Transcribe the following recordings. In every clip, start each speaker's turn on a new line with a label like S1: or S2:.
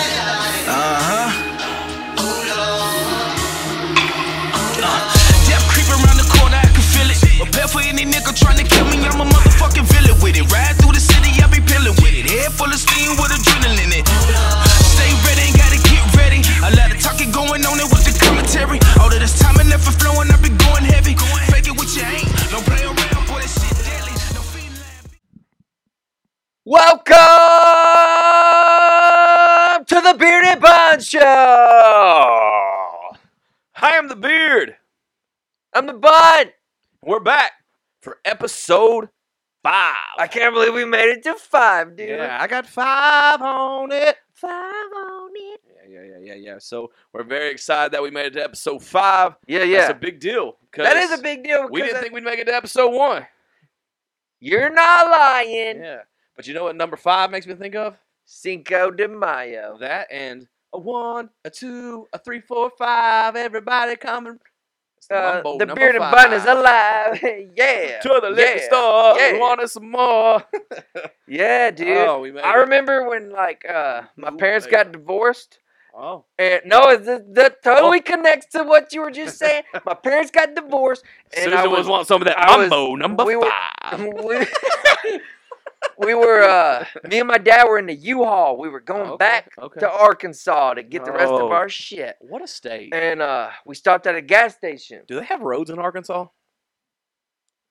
S1: Uh-huh.
S2: show. I am the beard.
S3: I'm the bud.
S2: We're back for episode five.
S3: I can't believe we made it to five, dude.
S2: yeah, I got five on it.
S3: Five on it.
S2: Yeah, yeah, yeah, yeah, yeah. So we're very excited that we made it to episode five.
S3: Yeah, yeah.
S2: That's a big deal. 'cause
S3: That is a big deal.
S2: We
S3: because
S2: didn't
S3: I-
S2: think we'd make it to episode one.
S3: you're not lying.
S2: Yeah. But you know what number five makes me think of?
S3: Cinco de Mayo.
S2: That and a one, a two, a three, four, five. Everybody coming. It's
S3: Uh,
S2: Mumbo
S3: the
S2: number
S3: beard and bun is
S2: five.
S3: alive. yeah.
S2: To the liquor
S3: yeah,
S2: store.
S3: yeah.
S2: We wanted some more.
S3: Yeah, dude.
S2: Oh, we made
S3: I
S2: it.
S3: remember when like uh my
S2: Ooh,
S3: parents
S2: there you
S3: got divorced.
S2: Oh.
S3: And no, that, that totally connects to what you were just saying. My parents got divorced, and
S2: Susan
S3: I
S2: was,
S3: was
S2: wanting some of that
S3: I was-
S2: mumbo number
S3: we were-
S2: five.
S3: we, we were uh me and my dad were in the U-Haul. We were going
S2: Oh, Okay,
S3: back
S2: okay.
S3: to Arkansas to get the rest
S2: Oh.
S3: of our shit.
S2: What a state.
S3: And uh we stopped at a gas station.
S2: Do they have roads in Arkansas?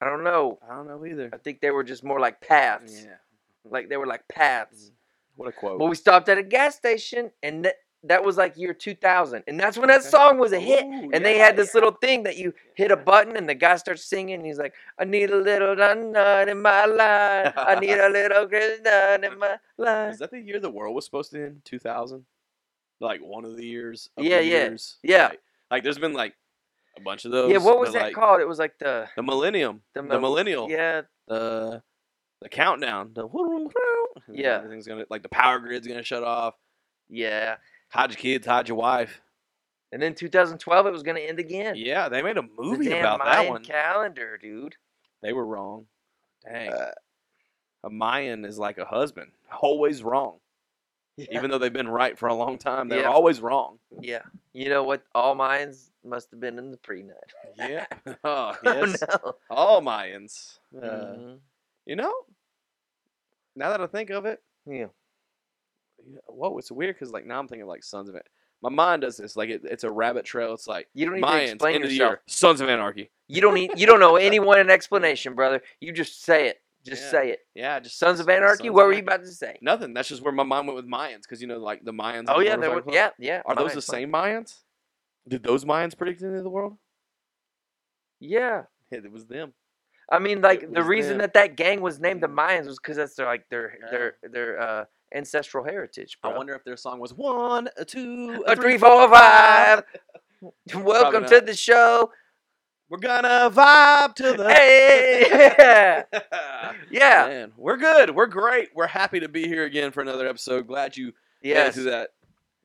S3: I don't know.
S2: I don't know either.
S3: I think they were just more like paths.
S2: Yeah. Mm,
S3: Like they were like paths.
S2: What a quote.
S3: But we stopped at a gas station and that that was like year 2000. And that's when that
S2: Okay.
S3: song was a hit.
S2: Ooh,
S3: And they
S2: yeah,
S3: had this little thing that you hit a button and the guy starts singing. And he's like, I need a little dun dun in my life. I need a little gris dun in my life.
S2: Is that the year the world was supposed to end? 2000? Like one of the years? Of
S3: Yeah,
S2: the
S3: yeah,
S2: Years.
S3: yeah.
S2: Like, like, there's been like a bunch of those.
S3: yeah, what was
S2: but,
S3: that
S2: like,
S3: called? It was like the
S2: The millennium.
S3: The
S2: The,
S3: mil-
S2: millennial.
S3: yeah,
S2: The, the countdown. The and
S3: Yeah.
S2: Everything's going to, like the power grid's going to shut off.
S3: yeah.
S2: Hide your kids, hide your wife.
S3: And then 2012, it was gonna end again.
S2: Yeah, they made a
S3: The
S2: movie
S3: damn
S2: about that
S3: Mayan
S2: one.
S3: calendar, dude.
S2: They were wrong. Dang.
S3: Uh,
S2: a Mayan is like a husband, always wrong. Even though they've been right for a long time, they're
S3: Yeah.
S2: always wrong.
S3: Yeah, you know what? All mines must have been in the prenut.
S2: Yeah. oh,
S3: Oh,
S2: yes.
S3: no.
S2: All Mayans. Uh,
S3: Mhm.
S2: You know, now that I think of it,
S3: Yeah.
S2: yeah, whoa, it's weird because like now I'm thinking like Sons of it. My mind does this. Like it, it's a rabbit trail. It's like
S3: You don't need to
S2: Mayans,
S3: explain
S2: end of the
S3: yourself.
S2: year, Sons of Anarchy.
S3: You don't need. You don't know anyone an explanation, brother. You just say it. Just
S2: Yeah.
S3: say it.
S2: Yeah, I just
S3: Sons of
S2: the
S3: Anarchy.
S2: Sons
S3: what
S2: of
S3: were you
S2: Anarchy.
S3: about to say?
S2: Nothing. That's just where my mind went with Mayans because you know like the Mayans.
S3: oh
S2: and the
S3: yeah, there were.
S2: motorcycle
S3: Yeah,
S2: club.
S3: yeah.
S2: Are those the
S3: mines, mines.
S2: same Mayans? Did those Mayans predict the end of the world?
S3: Yeah.
S2: Yeah, it was them.
S3: I mean, like the
S2: was
S3: reason
S2: them.
S3: that that gang was named the Mayans was because that's their like their
S2: Yeah.
S3: their their uh, ancestral heritage. Bro.
S2: I wonder if their song was one, a two,
S3: a three, four, five. Welcome to
S2: not.
S3: the show.
S2: We're gonna vibe to the.
S3: Hey, yeah, yeah,
S2: Man, we're good. We're great. We're happy to be here again for another episode. Glad you made it
S3: yes,
S2: through that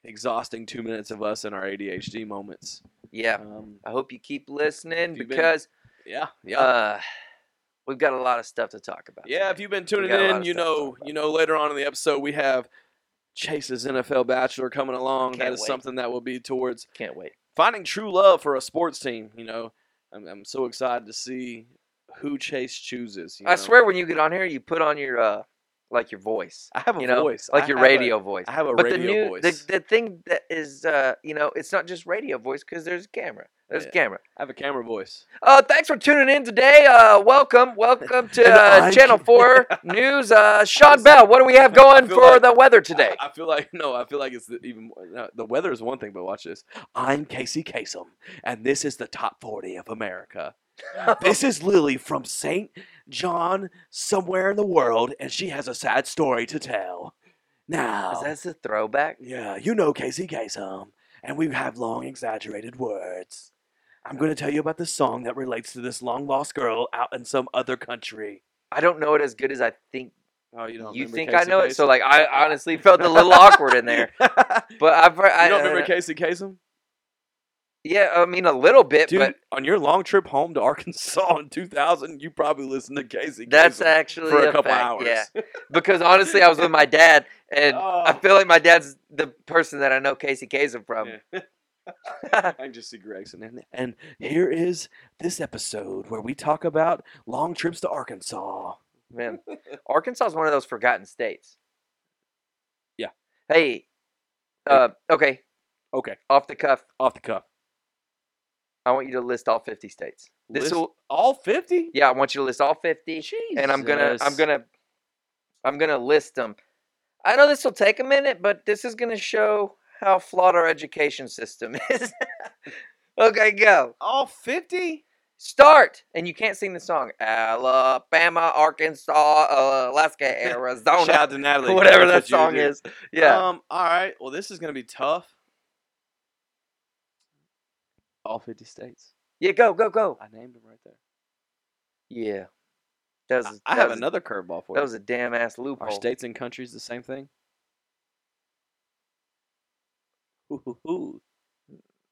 S2: exhausting two minutes of us and our ADHD moments.
S3: yeah.
S2: Um,
S3: I hope you keep listening
S2: If you've been-
S3: because
S2: yeah, yeah.
S3: uh, we've got a lot of stuff to talk about.
S2: Yeah, if
S3: today.
S2: you've been tuning
S3: got a lot
S2: in,
S3: of
S2: you
S3: stuff to talk
S2: know,
S3: about.
S2: you know, later on in the episode we have Chase's NFL Bachelor coming along. that
S3: Can't
S2: is
S3: wait.
S2: something that will be towards
S3: can't wait.
S2: finding true love for a sports team. You know, I'm, I'm so excited to see who Chase chooses. you
S3: I
S2: know.
S3: swear, when you get on here, you put on your uh, like your voice,
S2: I have a
S3: you know,
S2: voice,
S3: like
S2: I
S3: your
S2: have a-
S3: radio voice.
S2: I have a
S3: but
S2: radio
S3: the new
S2: voice.
S3: the the thing that is uh, you know, it's not just radio voice because there's camera. There's
S2: Yeah.
S3: camera.
S2: I have a camera voice.
S3: Uh, thanks for tuning in today. Uh, welcome, welcome to uh,
S2: I
S3: Channel
S2: can-
S3: Four News. Uh, Sean Bell, what do we have going
S2: feel
S3: for
S2: like-
S3: the weather today?
S2: I, I feel like no, I feel like it's the, even more- no, the weather is one thing, but watch this. I'm Casey Kasem, and this is the top forty of America. this is Lily from St. John, somewhere in the world, and she has a sad story to tell. Now,
S3: Is that's a throwback?
S2: yeah, you know Casey Kasem, and we have long exaggerated words. I'm going to tell you about this song that relates to this long lost girl out in some other country.
S3: I don't know it as good as I think
S2: Oh, you
S3: you think I know it. So like, I honestly felt a little awkward in there.
S2: you don't
S3: But I've heard, I
S2: remember
S3: uh,
S2: Casey Kasem?
S3: yeah, I mean a little bit,
S2: Dude,
S3: but
S2: on your long trip home to Arkansas in 2000, you probably listened to Casey
S3: that's
S2: Kasem
S3: actually
S2: for a couple
S3: fact,
S2: hours.
S3: Yeah, because honestly, I was with my dad, and I
S2: Oh.
S3: feel like my dad's the person that I know Casey Kasem from.
S2: Yeah. I just see Gregson. And, and here is this episode where we talk about long trips to Arkansas.
S3: Man, Arkansas is one of those forgotten states.
S2: Yeah.
S3: Hey, uh, okay,
S2: Okay,
S3: off the cuff,
S2: off the cuff.
S3: I want you to list all 50 states. This
S2: List
S3: will,
S2: all 50?
S3: yeah, I want you to list all 50, and I'm gonna, I'm
S2: Jesus.
S3: gonna, I'm gonna list them. I know this will take a minute, but this is gonna show how flawed our education system is. okay, go.
S4: All 50?
S3: Start. And you can't sing the song. Alabama, Arkansas, uh, Alaska,
S4: Shout
S3: Arizona.
S4: out to Natalie.
S3: Whatever that
S4: That's what you
S3: song
S4: do.
S3: is. Yeah.
S4: Um, all right. Well, this is going to be tough.
S2: All 50 states.
S3: yeah, go, go, go.
S2: I named them right there.
S3: Yeah. That was,
S2: I
S3: that
S2: have
S3: was-
S2: another curveball for
S3: That
S2: you.
S3: was a damn ass loophole.
S2: Are states and countries the same thing? Hoo, hoo, hoo.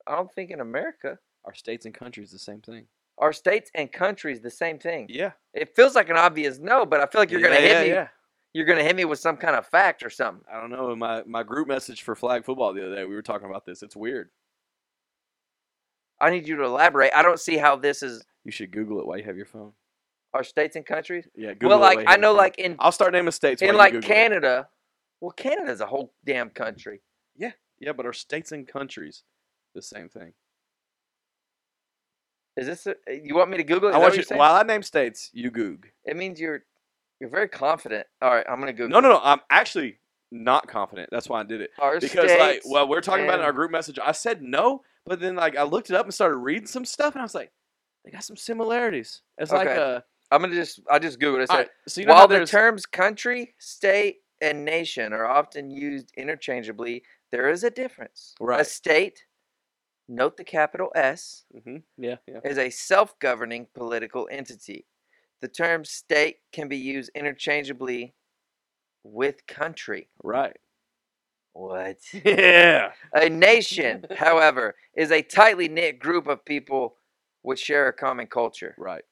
S3: I don't think in America.
S2: Are states and countries the same thing?
S3: Are states and countries the same thing?
S4: Yeah.
S3: It feels like an obvious no, but I feel like you're gonna
S2: Yeah,
S3: hit
S2: yeah,
S3: me.
S2: yeah.
S3: You're gonna hit me with some kind of fact or something.
S2: I don't know. In my, my group message for flag football the other day, we were talking about this. It's weird.
S3: I need you to elaborate. I don't see how this is
S2: You should Google it while you have your phone.
S3: our states and countries.
S2: Yeah, Google
S3: well,
S2: it
S3: like
S2: while you
S3: I
S2: have your
S3: know,
S2: phone.
S3: like in
S2: I'll start naming states. while
S3: in
S2: you
S3: like
S2: Google it.
S3: Canada. Well, Canada's a whole damn country.
S2: Yeah, but are states and countries the same thing?
S3: Is this? A, uh, you want me to Google it? Is that
S2: I want
S3: what
S2: you,
S3: you're saying?
S2: while I name states, you Goog.
S3: it means you're you're very confident. All right, I'm gonna Google.
S2: No, no, no. I'm actually not confident. That's why I did it.
S3: Our
S2: Because like,
S3: states.
S2: well, we're talking about it in our
S3: and-
S2: group message. I said no, but then like I looked it up and started reading some stuff, and I was like, they got some similarities. It's like
S3: Okay.
S2: a
S3: I'm gonna just I just Google it. It said,
S2: alright, so you know how
S3: While the
S2: there's
S3: terms country, state, and nation are often used interchangeably, there is a difference. A
S2: Right.
S3: state, note the capital S,
S2: Mhm, yeah, yeah.
S3: is a self governing political entity. The term state can be used interchangeably with country.
S2: Right.
S3: What?
S2: Yeah.
S3: A nation, however, is a tightly knit group of people which share a common culture.
S2: Right.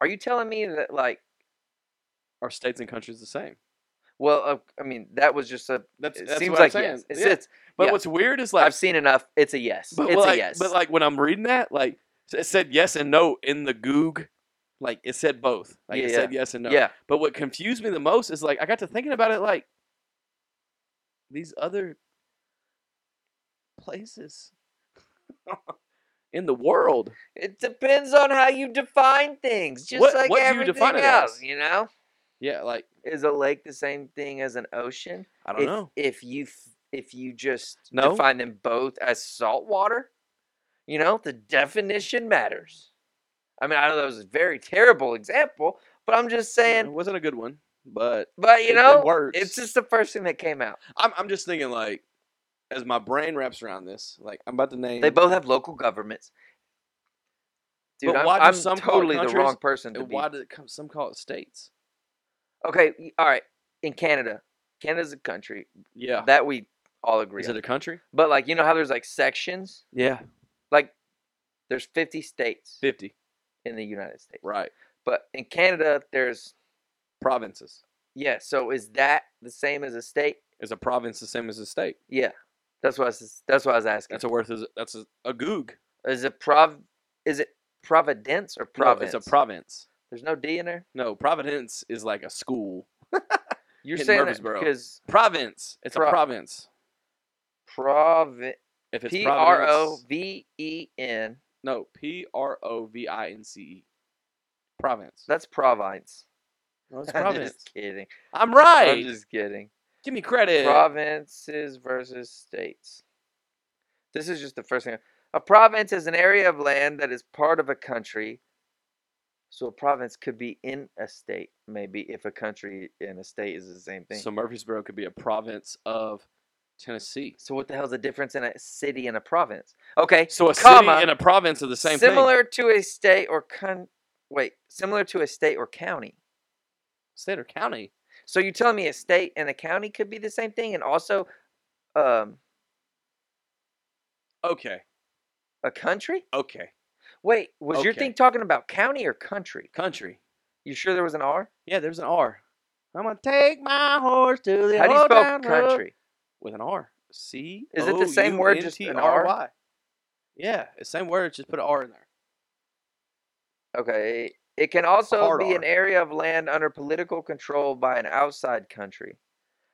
S3: Are you telling me that, like,
S2: Are states and countries the same?
S3: well, uh, I mean, that was just a.
S2: That's,
S3: It
S2: that's
S3: seems
S2: what I'm
S3: like
S2: saying.
S3: yes. It's,
S2: Yeah.
S3: it's,
S2: But
S3: yeah.
S2: what's weird is like
S3: I've seen enough. It's a yes.
S2: But
S3: it's
S2: well,
S3: a
S2: like,
S3: yes.
S2: But like when I'm reading that, like s- it said yes and no in the Goog. Like it said both. Like it
S3: Yeah,
S2: said yes and no.
S3: yeah,
S2: But what confused me the most is like I got to thinking about it like these other places in the world.
S3: it depends on how you define things. Just
S2: What-
S3: like
S2: what do you
S3: everything
S2: define it
S3: else,
S2: as?
S3: you know.
S2: Yeah, like
S3: Is a lake the same thing as an ocean?
S2: I don't
S3: if,
S2: know.
S3: If you f- if you just
S2: No.
S3: define them both as salt water, you know the definition matters. I mean, I know that was a very terrible example, but I'm just
S2: it
S3: saying.
S2: wasn't a good one, but
S3: But you
S2: it- it
S3: know,
S2: works.
S3: it's just the first thing that came out.
S2: I'm I'm just thinking like as my brain wraps around this, like I'm about to name
S3: They both have local governments. Dude,
S2: But
S3: I'm,
S2: why do
S3: I'm
S2: some call it
S3: totally the
S2: countries
S3: wrong person to
S2: and
S3: be
S2: why did it come, some call it states?
S3: Okay, y- all right. In Canada, Canada's a country
S2: Yeah.
S3: that we all agree
S2: Is
S3: on.
S2: it a country?
S3: but like, you know how there's like sections?
S2: Yeah.
S3: Like, there's 50 states
S2: Fifty.
S3: in the United States,
S2: Right.
S3: but in Canada, there's
S2: Provinces.
S3: yeah. So is that the same as a state?
S2: Is a province the same as a state?
S3: Yeah, that's what I was, that's what I was asking.
S2: That's a worth. Is that's a, a goog.
S3: is it prov? Is it Providence or
S2: No,
S3: province?
S2: it's a province.
S3: there's no D in there.
S2: No, Providence is like a school.
S3: You're
S2: In
S3: saying that
S2: Murfreesboro.
S3: because
S2: Province. It's
S3: Pro-
S2: a province.
S3: province.
S2: If it's
S3: P
S2: Providence-
S3: R O V E N.
S2: No, P R O V I N C E. Province.
S3: That's province.
S2: No, it's
S3: I'm
S2: province.
S3: just kidding.
S2: I'm right.
S3: I'm just kidding.
S2: Give me credit.
S3: Provinces versus states. This is just the first thing. A province is an area of land that is part of a country. So a province could be in a state, maybe if a country and a state is the same thing.
S2: so
S3: So,
S2: Murfreesboro could be a province of Tennessee.
S3: what the hell's the difference in a city and a province? Okay.
S2: So a
S3: Comma.
S2: city and a province are the same thing.
S3: similar to a state or con wait, similar to a state or county.
S2: State or county.
S3: So you're telling me a state and a county could be the same thing and also um
S2: Okay.
S3: a country?
S2: Okay.
S3: Wait, was your
S2: Okay.
S3: thing talking about county or country?
S2: Country.
S3: You sure there was an R?
S2: Yeah, there's an R. I'm gonna take my horse to the
S3: How do you
S2: old
S3: spell
S2: town road.
S3: country?
S2: with an R. C.
S3: Is it the same word, just an R?
S2: O-U-N-T-R-Y? Yeah, it's same word, just put an R in there.
S3: Okay. It can also
S2: hard
S3: be an
S2: R.
S3: area of land under political control by an outside country,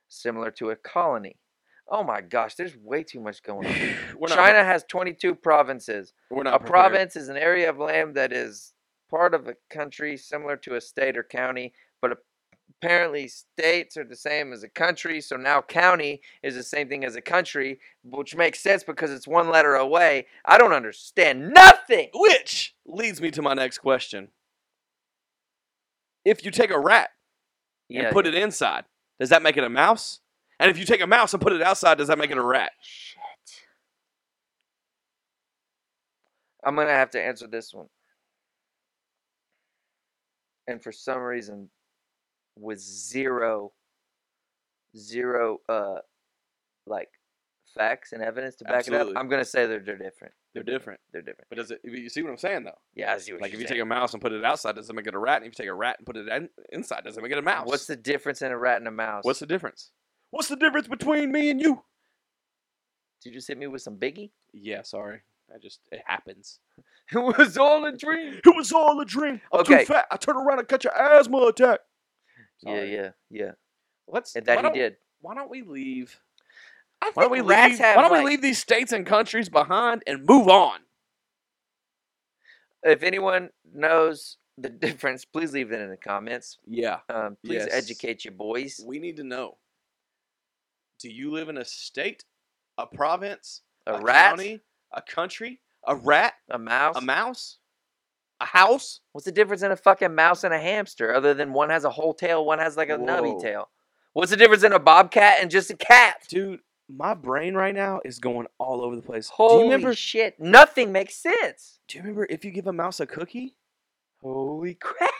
S3: similar to a colony. Oh my gosh, there's way too much going on.
S2: We're not,
S3: China has 22 provinces.
S2: We're
S3: A
S2: not prepared.
S3: province is an area of land that is part of a country similar to a state or county, but a Apparently, states are the same as a country, so now county is the same thing as a country, which makes sense because it's one letter away. I don't understand nothing.
S2: Which leads me to my next question. If you take a rat and put it inside, does that make it a mouse? And if you take a mouse and put it outside, does that make it a rat?
S3: Shit. I'm gonna have to answer this one. And for some reason, with zero, zero, uh, like facts and evidence to back it
S2: Absolutely.
S3: up, I'm gonna say that they're different.
S2: They're different.
S3: They're different.
S2: But does it? You see what I'm saying though?
S3: Yeah, I see what
S2: Like
S3: you're
S2: if you
S3: saying.
S2: take a mouse and put it outside, does it make it a rat? And if you take a rat and put it in, inside, does it make it a mouse?
S3: What's the difference in a rat and a mouse?
S2: What's the difference? What's the difference between me and you?
S3: Did you just hit me with some biggie?
S2: Yeah, sorry. I just it happens.
S3: it was all a dream.
S2: It was all a dream. I'm
S3: Okay.
S2: too fat. I turn around and catch an asthma attack.
S3: Yeah,
S2: Sorry.
S3: yeah, yeah.
S2: Let's.
S3: And
S2: why
S3: that he
S2: don't-
S3: did.
S2: Why don't we leave?
S3: I
S2: Why don't we
S3: think rats
S2: leave?
S3: have,
S2: Why don't
S3: like-
S2: we leave these states and countries behind and move on?
S3: if anyone knows the difference, please leave it in the comments.
S2: Yeah,
S3: Um, please
S2: Yes.
S3: educate your boys.
S2: we need to know. Do you live in a state, a province,
S3: A, rat,
S2: county, a country, a rat,
S3: a mouse.
S2: a mouse, a house?
S3: What's the difference in a fucking mouse and a hamster, other than one has a whole tail, one has like a nubby
S2: Whoa.
S3: tail? What's the difference in a bobcat and just a cat?
S2: Dude, my brain right now is going all over the place.
S3: Holy
S2: do you remember?
S3: shit! Nothing makes sense.
S2: Do you remember if you give a mouse a cookie?
S3: Holy crap!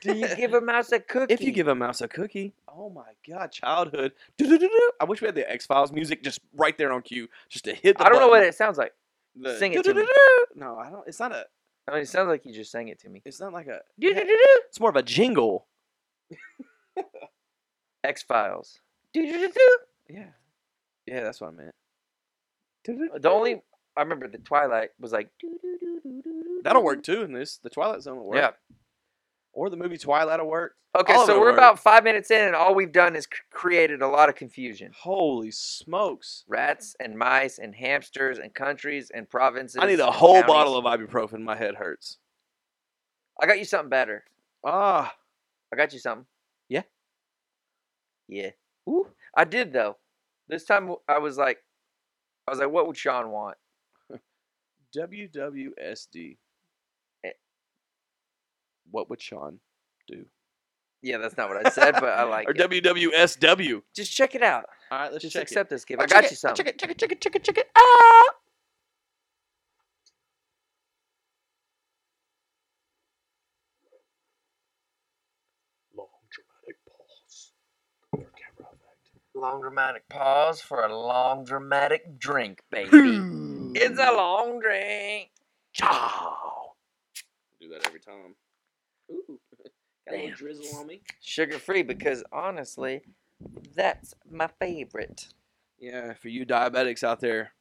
S3: Do you give a mouse a cookie?
S2: If you give a mouse a cookie, oh my god, childhood. Do-do-do-do. I wish we had the X Files music just right there on cue, just to hit. The
S3: I don't know what
S2: button.
S3: it sounds like.
S2: The
S3: sing it to me.
S2: do-do-do-do. No, I don't. It's not a.
S3: I mean, it sounds like you just sang it to me.
S2: It's not like a.
S3: Do-do-do-do.
S2: It's more of a jingle.
S3: X Files.
S2: Yeah. Yeah, that's what I meant.
S3: Uh, The only I remember the Twilight was like
S2: That'll work too. In this, the Twilight Zone will work.
S3: Yeah.
S2: Or the movie Twilight will work.
S3: Okay,
S2: All of
S3: so
S2: it
S3: we're
S2: work.
S3: about five minutes in, and all we've done is c- created a lot of confusion.
S2: Holy smokes!
S3: Rats and mice and hamsters and countries and provinces.
S2: I need a
S3: and
S2: whole
S3: counties.
S2: bottle of ibuprofen. My head hurts.
S3: I got you something better.
S2: Ah.
S3: I got you something.
S2: Yeah?
S3: Yeah.
S2: Ooh.
S3: I did though. This time w- I was like, I was like, what would Sean want?
S2: WWSD.
S3: Eh.
S2: What would Sean do?
S3: Yeah, that's not what I said, but I like
S2: Or
S3: it.
S2: WWSW.
S3: Just check it out.
S2: All right, let's
S3: Just
S2: check it.
S3: accept this gift.
S2: Oh,
S3: I got
S2: check
S3: you
S2: it,
S3: something.
S2: Check it, check it, check it, check it, check it. Ah!
S3: Long dramatic pause for a long dramatic drink, baby.
S2: Hmm.
S3: it's a long drink.
S2: Chow. Do that every time. Ooh.
S3: Got a little Damn.
S2: drizzle on me.
S3: Sugar free because honestly, that's my favorite.
S2: Yeah, for you diabetics out there,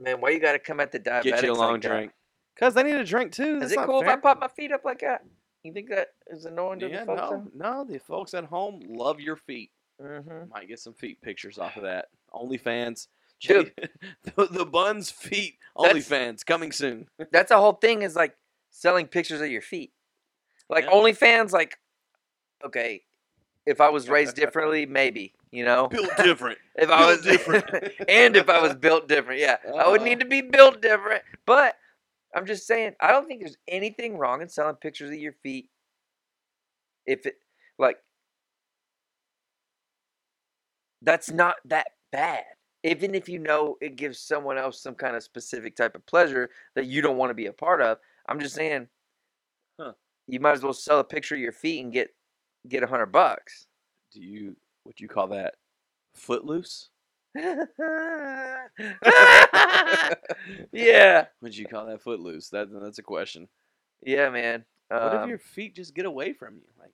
S3: Man, why you gotta come at the diabetics?
S2: get you a long
S3: like that?
S2: drink. Because they need a drink too.
S3: Is
S2: That's
S3: it
S2: not
S3: cool
S2: fair.
S3: if I pop my feet up like that? You think that is annoying to
S2: Yeah,
S3: the folks?
S2: no, no, the folks at home love your feet.
S3: Mm-hmm.
S2: Might get some feet pictures off of that. OnlyFans.
S3: Dude.
S2: the, the buns feet
S3: That's-
S2: OnlyFans coming soon.
S3: That's the whole thing is like selling pictures of your feet. Like
S2: Yeah.
S3: OnlyFans, like okay, if I was raised differently, maybe you know.
S2: Built different.
S3: If I was
S2: Built different.
S3: and if I was built different, yeah, I would
S2: Uh.
S3: need to be built different. But I'm just saying, I don't think there's anything wrong in selling pictures of your feet. If it, like, that's not that bad. Even if you know it gives someone else some kind of specific type of pleasure that you don't want to be a part of, I'm just saying,
S2: Huh.
S3: you might as well sell a picture of your feet and get get a hundred bucks.
S2: Do you would you call that footloose?
S3: yeah.
S2: Would you call that footloose? That that's a question.
S3: Yeah, man. Um,
S2: what if your feet just get away from you? Like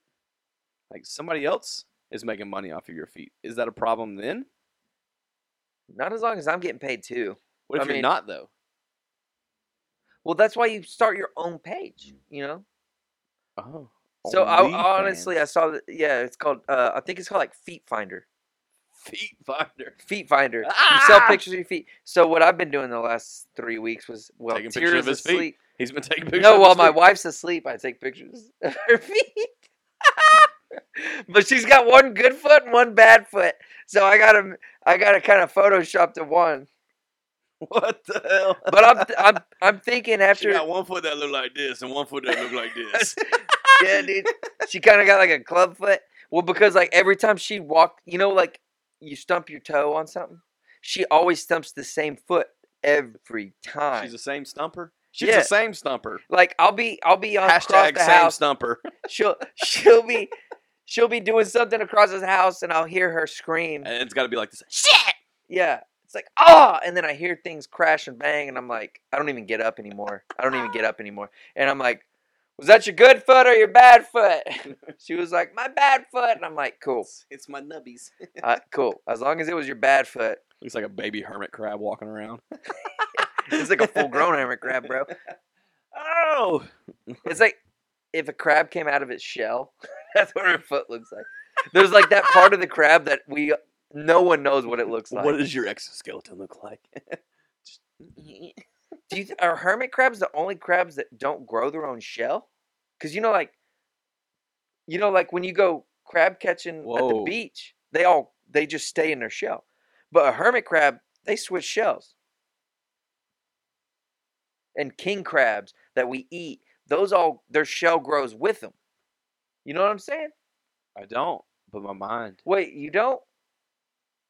S2: like somebody else is making money off of your feet. Is that a problem then?
S3: not as long as I'm getting paid too.
S2: What if
S3: I
S2: you're
S3: mean-
S2: not though?
S3: Well, that's why you start your own page, you know?
S2: Oh.
S3: So I honestly I saw that yeah, it's called uh I think it's called like Feet Finder.
S2: Feet finder.
S3: Feet finder. You
S2: Ah!
S3: sell pictures of your feet. So what I've been doing the last three weeks was well,
S2: Taking pictures
S3: Tira's
S2: of his feet.
S3: asleep.
S2: He's been taking pictures.
S3: No,
S2: of
S3: while
S2: his
S3: my
S2: feet.
S3: wife's asleep, I take pictures of her feet. but she's got one good foot and one bad foot, so I got to I got to kind of Photoshop the one.
S2: What the hell?
S3: But I'm I'm I'm thinking
S2: She
S3: after
S2: got one foot that looked like this and one foot that looked like this.
S3: yeah, dude. She kind of got like a club foot. Well, because like every time she walked, you know, like you stump your toe on something, she always stumps the same foot every time.
S2: She's the same stumper. She's
S3: Yeah.
S2: the same stumper.
S3: like I'll be I'll be on across
S2: Hashtag
S3: the
S2: same
S3: house.
S2: stumper.
S3: she'll she'll be she'll be doing something across his house, and I'll hear her scream.
S2: And it's got to be like this.
S3: Yeah. It's like, ah, and then I hear things crash and bang, and I'm like, I don't even get up anymore. I don't even get up anymore. And I'm like, was that your good foot or your bad foot? she was like, my bad foot. And I'm like, cool,
S4: It's my nubbies.
S3: uh, cool. As long as it was your bad foot,
S2: Looks like a baby hermit crab walking around.
S3: it's like a full grown hermit crab, bro.
S2: Oh,
S3: It's like if a crab came out of its shell, that's what her foot looks like. There's like that part of the crab that we no one knows what it looks like.
S2: what does your exoskeleton look like?
S3: Do you th- are hermit crabs the only crabs that don't grow their own shell? Because you know, like, you know, like when you go crab catching at the
S2: Whoa.
S3: beach, they all they just stay in their shell. But a hermit crab, they switch shells. And king crabs that we eat, those all their shell grows with them. You know what I'm saying?
S2: I don't, but my mind.
S3: Wait, you don't?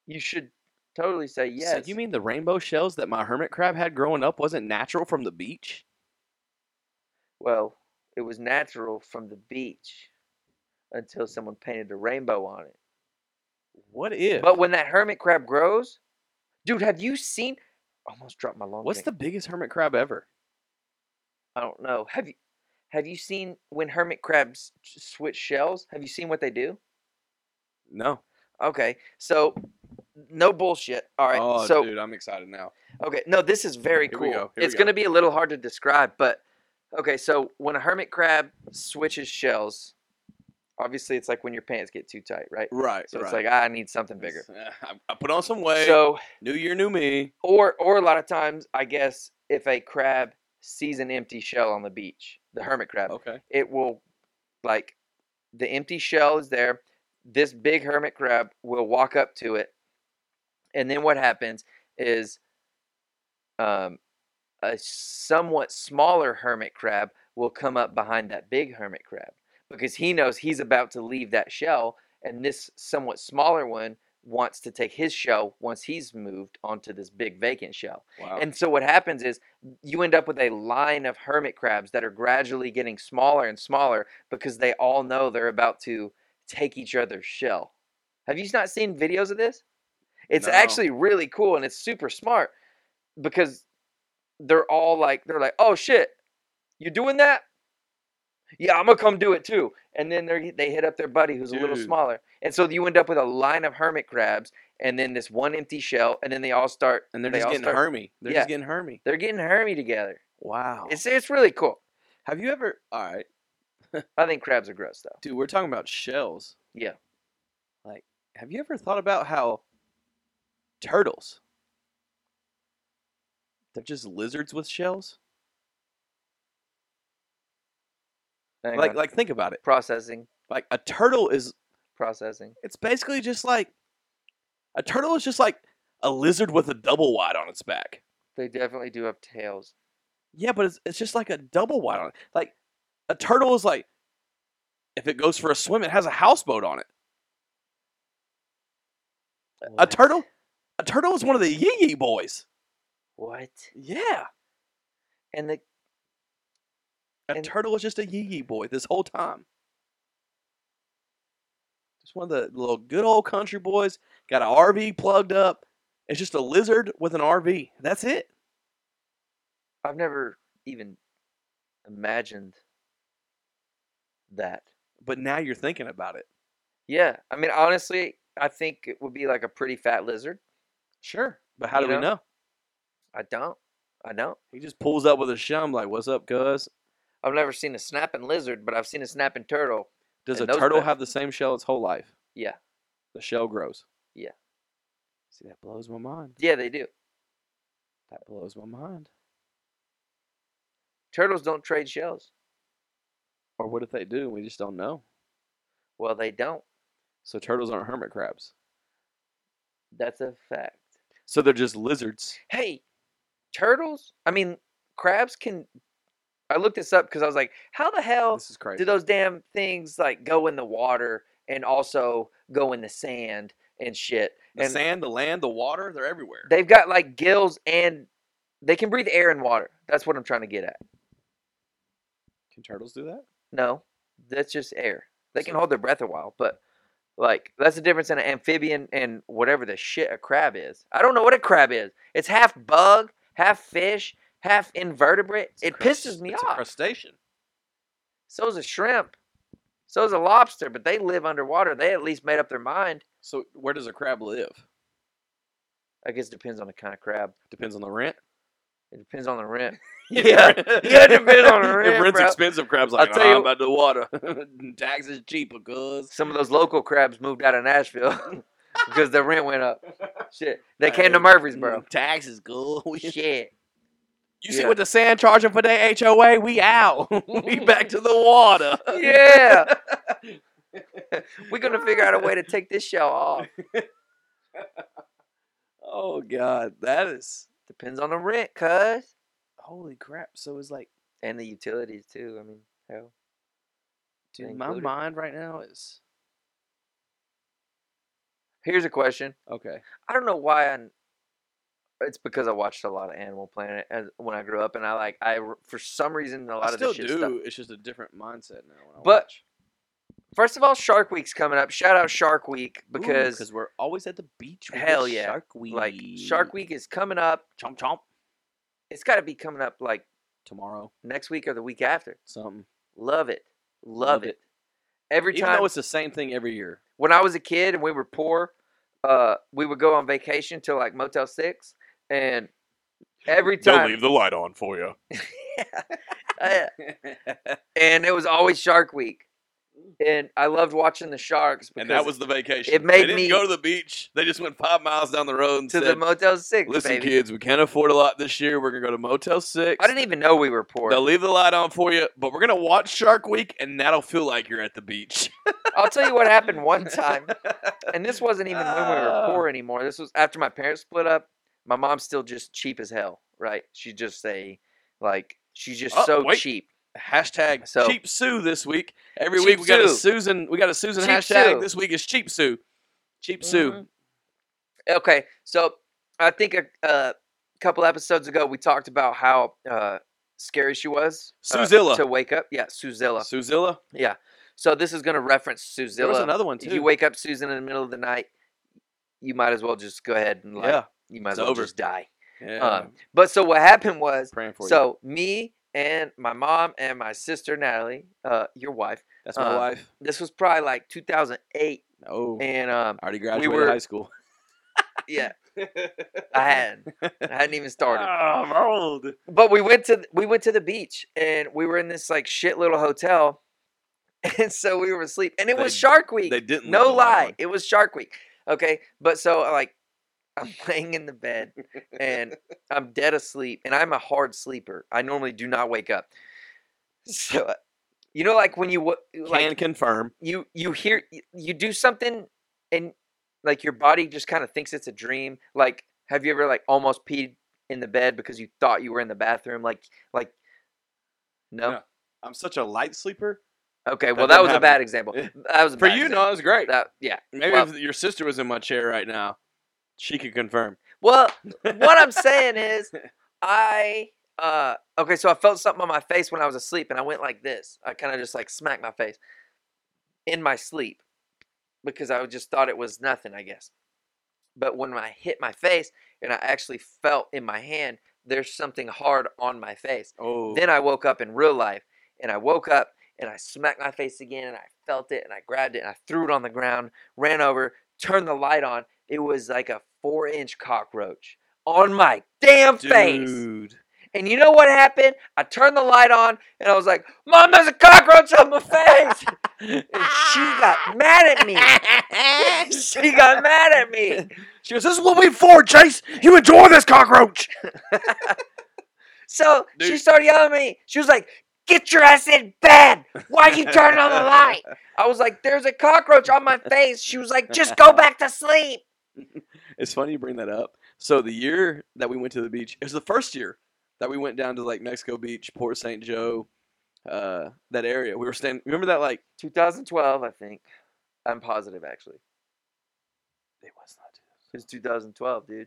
S3: You should totally say yes.
S2: So you mean the rainbow shells that my hermit crab had growing up wasn't natural from the beach?
S3: Well, it was natural from the beach until someone painted a rainbow on it.
S2: What if?
S3: But when that hermit crab grows, dude, have you seen? Almost dropped my long.
S2: What's the biggest hermit crab ever?
S3: I don't know. Have you have you seen when hermit crabs s- switch shells? Have you seen what they do?
S2: No.
S3: Okay, so no bullshit. All right,
S2: oh,
S3: so
S2: dude, I'm excited now.
S3: Okay, no, this is very
S2: Here
S3: cool.
S2: we go, here we
S3: it's going
S2: go.
S3: to be a little hard to describe, but okay, so when a hermit crab switches shells, obviously it's like when your pants get too tight, right?
S2: Right. eh,
S3: So it's like "Ah, I need something bigger.
S2: I, I put on some weight.
S3: So
S2: new year, new me.
S3: or or a lot of times, I guess if a crab sees an empty shell on the beach, the hermit crab,
S2: Okay.
S3: it will like the empty shell is there. This big hermit crab will walk up to it, and then what happens is, um, a somewhat smaller hermit crab will come up behind that big hermit crab because he knows he's about to leave that shell, and this somewhat smaller one wants to take his shell once he's moved onto this big vacant shell.
S2: Wow.
S3: And so what happens is you end up with a line of hermit crabs that are gradually getting smaller and smaller because they all know they're about to take each other's shell. Have you not seen videos of this? It's
S2: No.
S3: actually really cool and it's super smart because they're all like they're like, "Oh shit. You doing that?" Yeah, I'm gonna come do it too. And then they they hit up their buddy who's a little
S2: Dude.
S3: smaller, and so you end up with a line of hermit crabs, and then this one empty shell, and then they all start
S2: And they're
S3: they
S2: just
S3: all
S2: getting
S3: start-
S2: hermy. They're
S3: Yeah.
S2: just getting hermy.
S3: they're getting hermy together.
S2: Wow.
S3: It's it's really cool.
S2: Have you ever? All right,
S3: I think crabs are gross though.
S2: dude. We're talking about shells.
S3: Yeah.
S2: Like, have you ever thought about how turtles? They're just lizards with shells.
S3: Hang
S2: Like,
S3: on.
S2: like think about it.
S3: processing,
S2: Like a turtle is.
S3: processing.
S2: It's basically just like a turtle is just like a lizard with a double wide on its back.
S3: They definitely do have tails.
S2: Yeah, but it's, it's just like a double wide on it. Like a turtle is like if it goes for a swim, it has a houseboat on it. A
S3: What?
S2: turtle, a turtle is one of the Yee Yee boys.
S3: What?
S2: Yeah,
S3: And the
S2: a
S3: And-
S2: turtle is just a Yee Yee boy this whole time. Just one of the little good old country boys. Got an RV plugged up. It's just a lizard with an RV. That's it.
S3: I've never even imagined that.
S2: But now you're thinking about it.
S3: Yeah, I mean honestly, I think it would be like a pretty fat lizard.
S2: Sure, but how
S3: You
S2: do we
S3: know?
S2: know?
S3: I don't. I don't.
S2: He just pulls up with a shum like, "What's up, Cuz?"
S3: I've never seen a snapping lizard, but I've seen a snapping turtle.
S2: Does
S3: And
S2: a
S3: those
S2: turtle
S3: bad-
S2: have the same shell its whole life?
S3: Yeah.
S2: The shell grows.
S3: Yeah.
S2: See, that blows my mind.
S3: Yeah, they do.
S2: That blows my mind.
S3: Turtles don't trade shells.
S2: Or what if they do? and We just don't know.
S3: Well, they don't.
S2: So turtles aren't hermit crabs.
S3: That's a fact.
S2: So they're just lizards.
S3: Hey, turtles? I mean, crabs can. I looked this up because I was like, how the hell
S2: This is crazy.
S3: do those damn things like go in the water and also go in the sand and shit?
S4: The
S3: and
S4: sand, the land, the water, they're everywhere.
S3: they've got like gills and they can breathe air and water. That's what I'm trying to get at.
S2: Can turtles do that?
S3: No, that's just air. They can
S2: So-
S3: hold their breath a while, but like that's the difference in an amphibian and whatever the shit a crab is. I don't know what a crab is. It's half bug, half fish, half invertebrate.
S4: It's a
S3: It
S4: crust-
S3: pisses me
S4: it's a
S3: off.
S4: crustacean.
S3: So's a shrimp. So's a lobster, but they live underwater. They at least made up their mind.
S4: So where does a crab live?
S3: I guess it depends on the kind of crab.
S2: Depends on the rent.
S3: It depends on the rent. Yeah, yeah, it depends on the rent,
S2: If rent's
S3: bro.
S2: expensive, crabs like,
S3: I'll
S2: I'll
S3: tell you-
S2: I'm about the water. Tax is cheaper, cuz.
S3: Some of those local crabs moved out of Nashville because the rent went up. Shit. They came to
S2: Hey,
S3: Murfreesboro.
S2: Tax is good. You
S3: Oh, Shit.
S2: see
S3: Yeah.
S2: what the sand charging for their HOA? We out. we back to the water.
S3: Yeah. uh, We're gonna figure out a way to take this show off.
S2: Oh, God. That is.
S3: Depends on the rent, cuz.
S2: Holy crap. So it's like,
S3: And the utilities too. I mean, hell.
S2: dude,
S3: They
S2: my
S3: included.
S2: mind right now is.
S3: Here's a question.
S2: Okay.
S3: I don't know why I n- it's because I watched a lot of Animal Planet as, when I grew up, and I like I r- for some reason a lot
S2: I
S3: of the
S2: still
S3: shit
S2: do.
S3: stuff.
S2: It's just a different mindset now. When I
S3: But
S2: watch.
S3: First of all, Shark Week's coming up. Shout out Shark Week
S2: Ooh,
S3: because
S2: we're always at the beach. with the
S3: Hell yeah.
S2: Shark Week.
S3: like Shark Week is coming up.
S2: Chomp chomp.
S3: It's got to be coming up like
S2: Tomorrow.
S3: next week or the week after.
S2: Something.
S3: Love it, love,
S2: Love
S3: it.
S2: it.
S3: Every
S2: Even
S3: time
S2: though it's the same thing every year.
S3: when I was a kid and we were poor, uh, we would go on vacation to like Motel Six, and every time,
S2: the light on for you.
S3: Yeah. and it was always Shark Week, and I loved watching the sharks. Because
S4: And that was the vacation.
S3: it made
S4: they didn't
S3: me-
S4: go to the beach. They just went five miles down the road and
S3: to the
S4: said,
S3: Motel Six,
S4: "Listen,
S3: baby.
S4: kids, we can't afford a lot this year. We're gonna go to Motel Six.
S3: I didn't even know we were poor.
S4: They'll leave the light on for you, but we're gonna watch Shark Week, and that'll feel like you're at the beach.
S3: I'll tell you what happened one time, and this wasn't even when we were poor anymore. This was after my parents split up. My mom's still just cheap as hell, right? She's just a like she's just
S4: Oh,
S3: so
S4: wait.
S3: cheap.
S4: hashtag
S3: So-
S4: Cheap Sue this week. Every
S3: Cheap
S4: week we got a
S3: Sue.
S4: Susan. We got a Susan
S3: Cheap
S4: hashtag.
S3: Sue. Mm-hmm.
S4: This week is Cheap Sue. Cheap Sue.
S3: Okay, so I think a, a couple episodes ago we talked about how uh, scary she was. uh,
S4: Suzilla.
S3: to wake up, yeah, Suzilla.
S4: Suzilla.
S3: Yeah. So this is going to reference Suzilla.
S2: There was another one too.
S3: if you wake up Susan in the middle of the night, you might as well just go ahead and like
S2: yeah.
S3: you might as
S4: it's
S3: well
S4: over.
S3: just die.
S2: yeah.
S3: Um, but so what happened was,
S2: praying for you.
S3: so me and my mom and my sister Natalie, uh, your wife,
S2: That's my
S3: uh,
S2: wife.
S3: this was probably like 2008,
S2: Oh.
S3: and um,
S2: I already graduated
S3: were-
S2: high school.
S3: yeah, I hadn't, I hadn't even started.
S2: I'm old.
S3: But we went to th- we went to the beach, and we were in this like shit little hotel, and so we were asleep, and it was
S4: They-
S3: Shark Week.
S4: They didn't. leave
S3: No
S4: the light
S3: lie,
S4: on.
S3: it was Shark Week. Okay, but so uh, like I'm laying in the bed and I'm dead asleep, and I'm a hard sleeper. I normally do not wake up. So uh, you know, like when you wa-
S2: Can
S3: like
S2: confirm.
S3: you you hear y- you do something and like your body just kind of thinks it's a dream. Like have you ever like almost peed in the bed because you thought you were in the bathroom? Like like no.
S4: No. I'm such a light sleeper.
S3: Okay,
S4: That
S3: well that
S4: didn't
S3: was a
S4: happen.
S3: bad example.
S4: Yeah.
S3: That was a
S4: For
S3: bad
S4: you,
S3: example.
S4: no, it's great.
S3: That yeah.
S4: Maybe
S3: well-
S4: if your sister was in my chair right now, she could confirm.
S3: Well, what I'm saying is, I uh okay, so I felt something on my face when I was asleep, and I went like this. I kind of just like smacked my face in my sleep because I just thought it was nothing, I guess. But when I hit my face and I actually felt in my hand, there's something hard on my face.
S2: Oh.
S3: Then I woke up in real life, and I woke up and I smacked my face again, and I felt it, and I grabbed it, and I threw it on the ground, ran over, turned the light on. It was like a four-inch cockroach on my damn face.
S2: Dude.
S3: And you know what happened? I turned the light on, and I was like, "Mom, there's a cockroach on my face!" and she got mad at me. she got mad at me.
S2: She goes, "This is what we for, Chase. You enjoy this cockroach."
S3: So she
S4: Dude.
S3: started yelling at me. She was like, Get your ass in bed. Why you turning on the light? I was like, There's a cockroach on my face. She was like, Just go back to sleep.
S2: It's funny you bring that up. So the year that we went to the beach, it was the first year that we went down to like Mexico Beach, Port St. Joe, uh, that area. We were standing. Remember that like
S3: 2012, I think. I'm positive, actually.
S2: it was not.
S3: It's 2012, dude.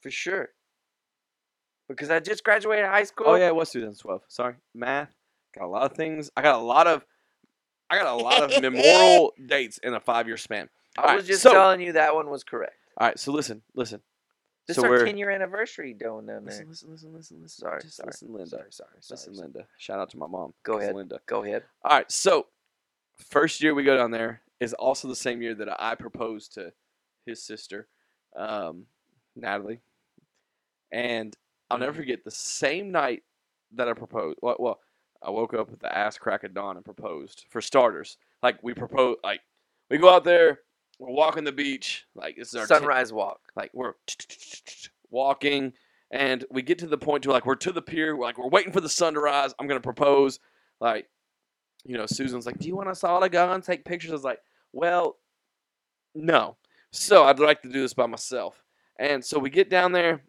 S3: For sure. Because I just graduated high school.
S2: Oh yeah, it was 2012. Sorry, math. Got a lot of things. I got a lot of. I got a lot of memorable dates in a five-year span.
S3: I
S2: Alright,
S3: was just
S2: so-
S3: telling you that one was correct.
S2: All right, so listen, listen,
S3: This
S2: So
S3: is our
S2: we're-
S3: 10 year anniversary doing down there.
S2: listen, listen, listen, listen.
S3: Sorry,
S2: just
S3: sorry,
S2: listen, Linda.
S3: Sorry, sorry, sorry,
S2: listen,
S3: sorry.
S2: Linda. Shout out to my mom.
S3: Go
S2: 'cause
S3: ahead.
S2: Linda.
S3: Go ahead.
S2: All right, so first year we go down there is also the same year that I proposed to his sister, um, Natalie, and I'll never
S3: Mm-hmm.
S2: forget the same night that I proposed. Well, well, I woke up at the ass crack of dawn and proposed. For starters, like we propose, like we go out there, we're walking the beach, like this is our ti-
S3: Sunrise walk.
S2: like we're walking and we get to the point to like we're to the pier we're like we're waiting for the sun to rise i'm gonna propose like you know susan's like do you want us all to go and take pictures i was like well no so i'd like to do this by myself and so we get down there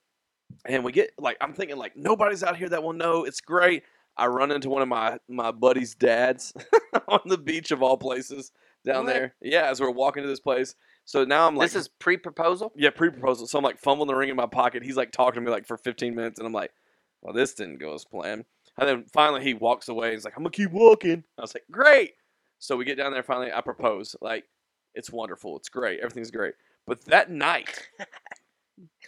S2: and we get like i'm thinking like nobody's out here that will know it's great i run into one of my my buddy's dads on the beach of all places down
S3: What?
S2: there yeah as we're walking to this place so now i'm like
S3: this is pre proposal?
S2: yeah, pre-proposal. So I'm like fumbling the ring in my pocket. He's like talking to me like for 15 minutes, and I'm like, well, this didn't go as planned. And then finally he walks away. He's like, I'm gonna keep walking. I was like, great. So we get down there. Finally, I propose. Like, it's wonderful. It's great. Everything's great. But that night,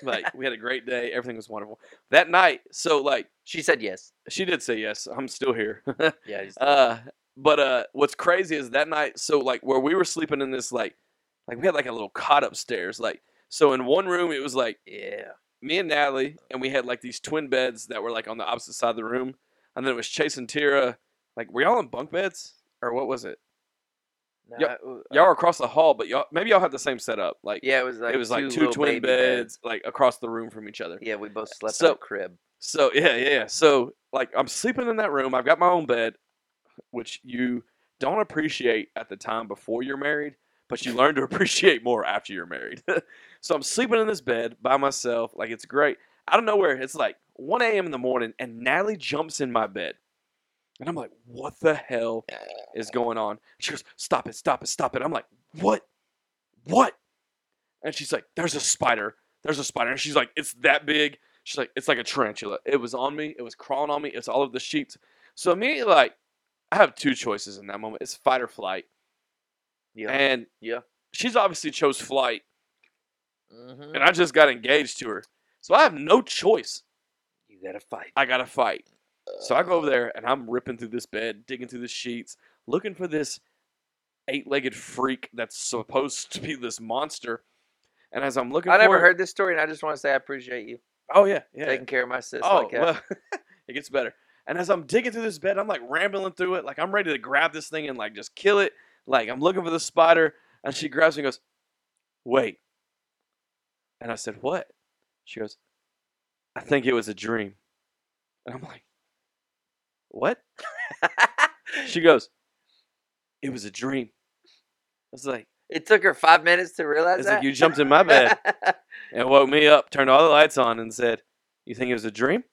S2: like, we had a great day. Everything was wonderful. That night, so like,
S3: She said yes.
S2: she did say yes. I'm still here.
S3: Yeah. he's-
S2: Uh, but uh, what's crazy is that night. So like where we were sleeping in this like, like we had like a little cot upstairs. Like so in one room it was like
S3: yeah.
S2: me and Natalie, and we had like these twin beds that were like on the opposite side of the room. And then it was Chase and Tira. Like were y'all in bunk beds or what was it?
S3: No,
S2: Yep.
S3: I- ooh,
S2: Y'all were across the hall, but y'all maybe y'all had the same setup. Like
S3: Uh, yeah, it was like
S2: it was like two
S3: little
S2: twin
S3: baby
S2: beds like across the room from each other.
S3: Yeah, we both slept in
S2: Uh, So-
S3: a crib.
S2: So yeah, yeah, yeah. So like I'm sleeping in that room. I've got my own bed, which you don't appreciate at the time before you're married, but you learn to appreciate more after you're married. so I'm sleeping in this bed by myself. Like it's great. Out of nowhere, it's like 1 a.m. in the morning, and Natalie jumps in my bed. And I'm like, what the hell is going on? She goes, stop it, stop it, stop it. I'm like, what? What? And she's like, there's a spider. There's a spider. And she's like, it's that big. She's like, it's like a tarantula. It was on me. It was crawling on me. It's all over the sheets. So immediately, like, I have two choices in that moment. It's fight or flight.
S3: Yeah.
S2: And
S3: Yeah.
S2: she's obviously chose flight,
S3: Mhm.
S2: and I just got engaged to her. So I have no choice.
S3: You gotta fight.
S2: I gotta fight. So I go over there and I'm ripping through this bed, digging through the sheets, looking for this eight-legged freak that's supposed to be this monster. And as I'm looking,
S3: I
S2: for
S3: never
S2: it-
S3: heard this story, and I just want to say I appreciate you
S2: Oh yeah, yeah.
S3: taking care of my sis.
S2: oh
S3: like uh, that.
S2: well, it gets better. And as I'm digging through this bed, I'm like rambling through it, like I'm ready to grab this thing and like just kill it. Like I'm looking for the spider, and she grabs me and goes, "Wait." And I said, "What?" She goes, "I think it was a dream." And I'm like, "What?" She goes, "It was a dream." I was like,
S3: it took her five minutes to realize
S2: "It's
S3: that.
S2: like you jumped in my bed." and woke me up, turned all the lights on, and said, You think it was a dream?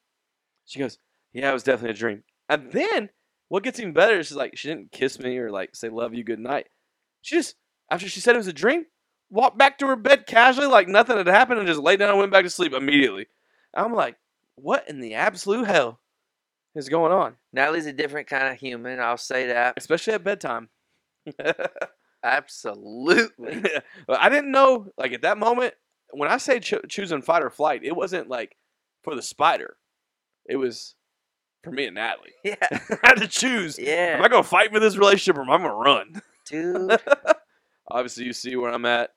S2: She goes, Yeah, it was definitely a dream. And then what gets even better is she's like, She didn't kiss me or like say, Love you, good night. She just, after she said it was a dream, walked back to her bed casually like nothing had happened and just laid down and went back to sleep immediately. I'm like, What in the absolute hell is going on?
S3: Natalie's a different kind of human. I'll say that
S2: Especially at bedtime.
S3: absolutely.
S2: but I didn't know, like at that moment, when I say cho- choosing fight or flight, it wasn't like for the spider. It was for me and Natalie.
S3: yeah,
S2: I had to choose: am
S3: yeah,
S2: I gonna fight for this relationship or am I gonna run?
S3: dude.
S2: Obviously, you see where I'm at,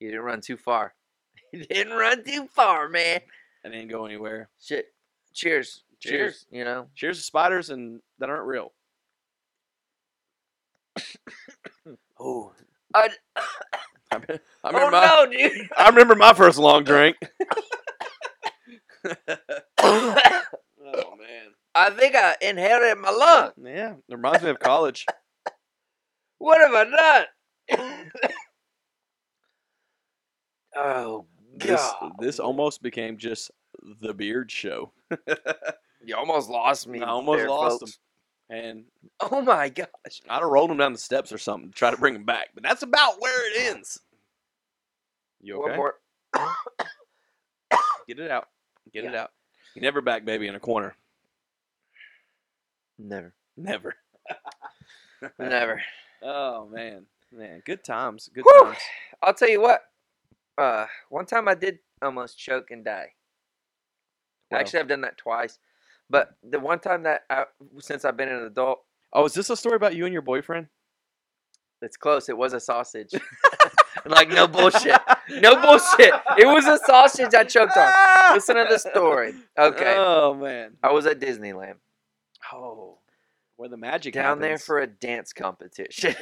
S3: You didn't run too far. You didn't run too far, man.
S2: I didn't go anywhere.
S3: Shit. Cheers.
S2: Cheers.
S3: Cheers. You know.
S2: Cheers to spiders and that aren't real. oh,
S3: I,
S2: I
S3: Oh
S2: remember, my,
S3: no, dude.
S2: I remember my first long drink.
S4: Oh man.
S3: I think I inherited my lung.
S2: Yeah, it reminds me of college.
S3: What have I done? oh
S2: This,
S3: god.
S2: this almost became just the beard show.
S3: you almost lost me.
S2: I almost
S3: there,
S2: lost
S3: folks.
S2: him, and
S3: Oh my gosh.
S2: I'd have rolled him down the steps or something to try to bring him back. But that's about where it ends. You
S3: One
S2: okay?
S3: more.
S2: Get it out. Get it
S3: Yeah.
S2: out. You never back baby in a corner.
S3: Never.
S2: Never.
S3: Never.
S2: Oh man, man, good times, good
S3: Whew.
S2: times.
S3: I'll tell you what. Uh, one time I did almost choke and die.
S2: Wow.
S3: Actually, I've done that twice, but the one time that I, since I've been an adult,
S2: Oh, is this a story about you and your boyfriend?
S3: it's close. It was a sausage. like no bullshit. No bullshit. It was a sausage I choked on. Listen to the story. Okay.
S2: Oh man.
S3: I was at Disneyland
S2: Oh, where the magic
S3: down there
S2: happens.
S3: for a dance competition.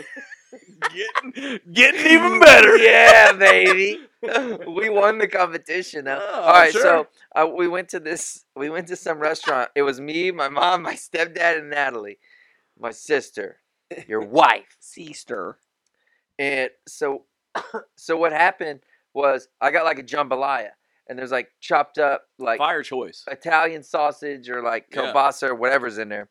S2: getting, getting even better.
S3: yeah, baby. we won the competition though.
S2: Oh,
S3: All right,
S2: sure.
S3: so uh, we went to this. We went to some restaurant. It was me, my mom, my stepdad, and Natalie, my sister, your wife.
S2: Seaster.
S3: And so, so what happened was I got like a jambalaya, and there's like chopped up like
S2: Fire choice.
S3: Italian sausage or like
S2: Yeah.
S3: kielbasa or whatever's in there.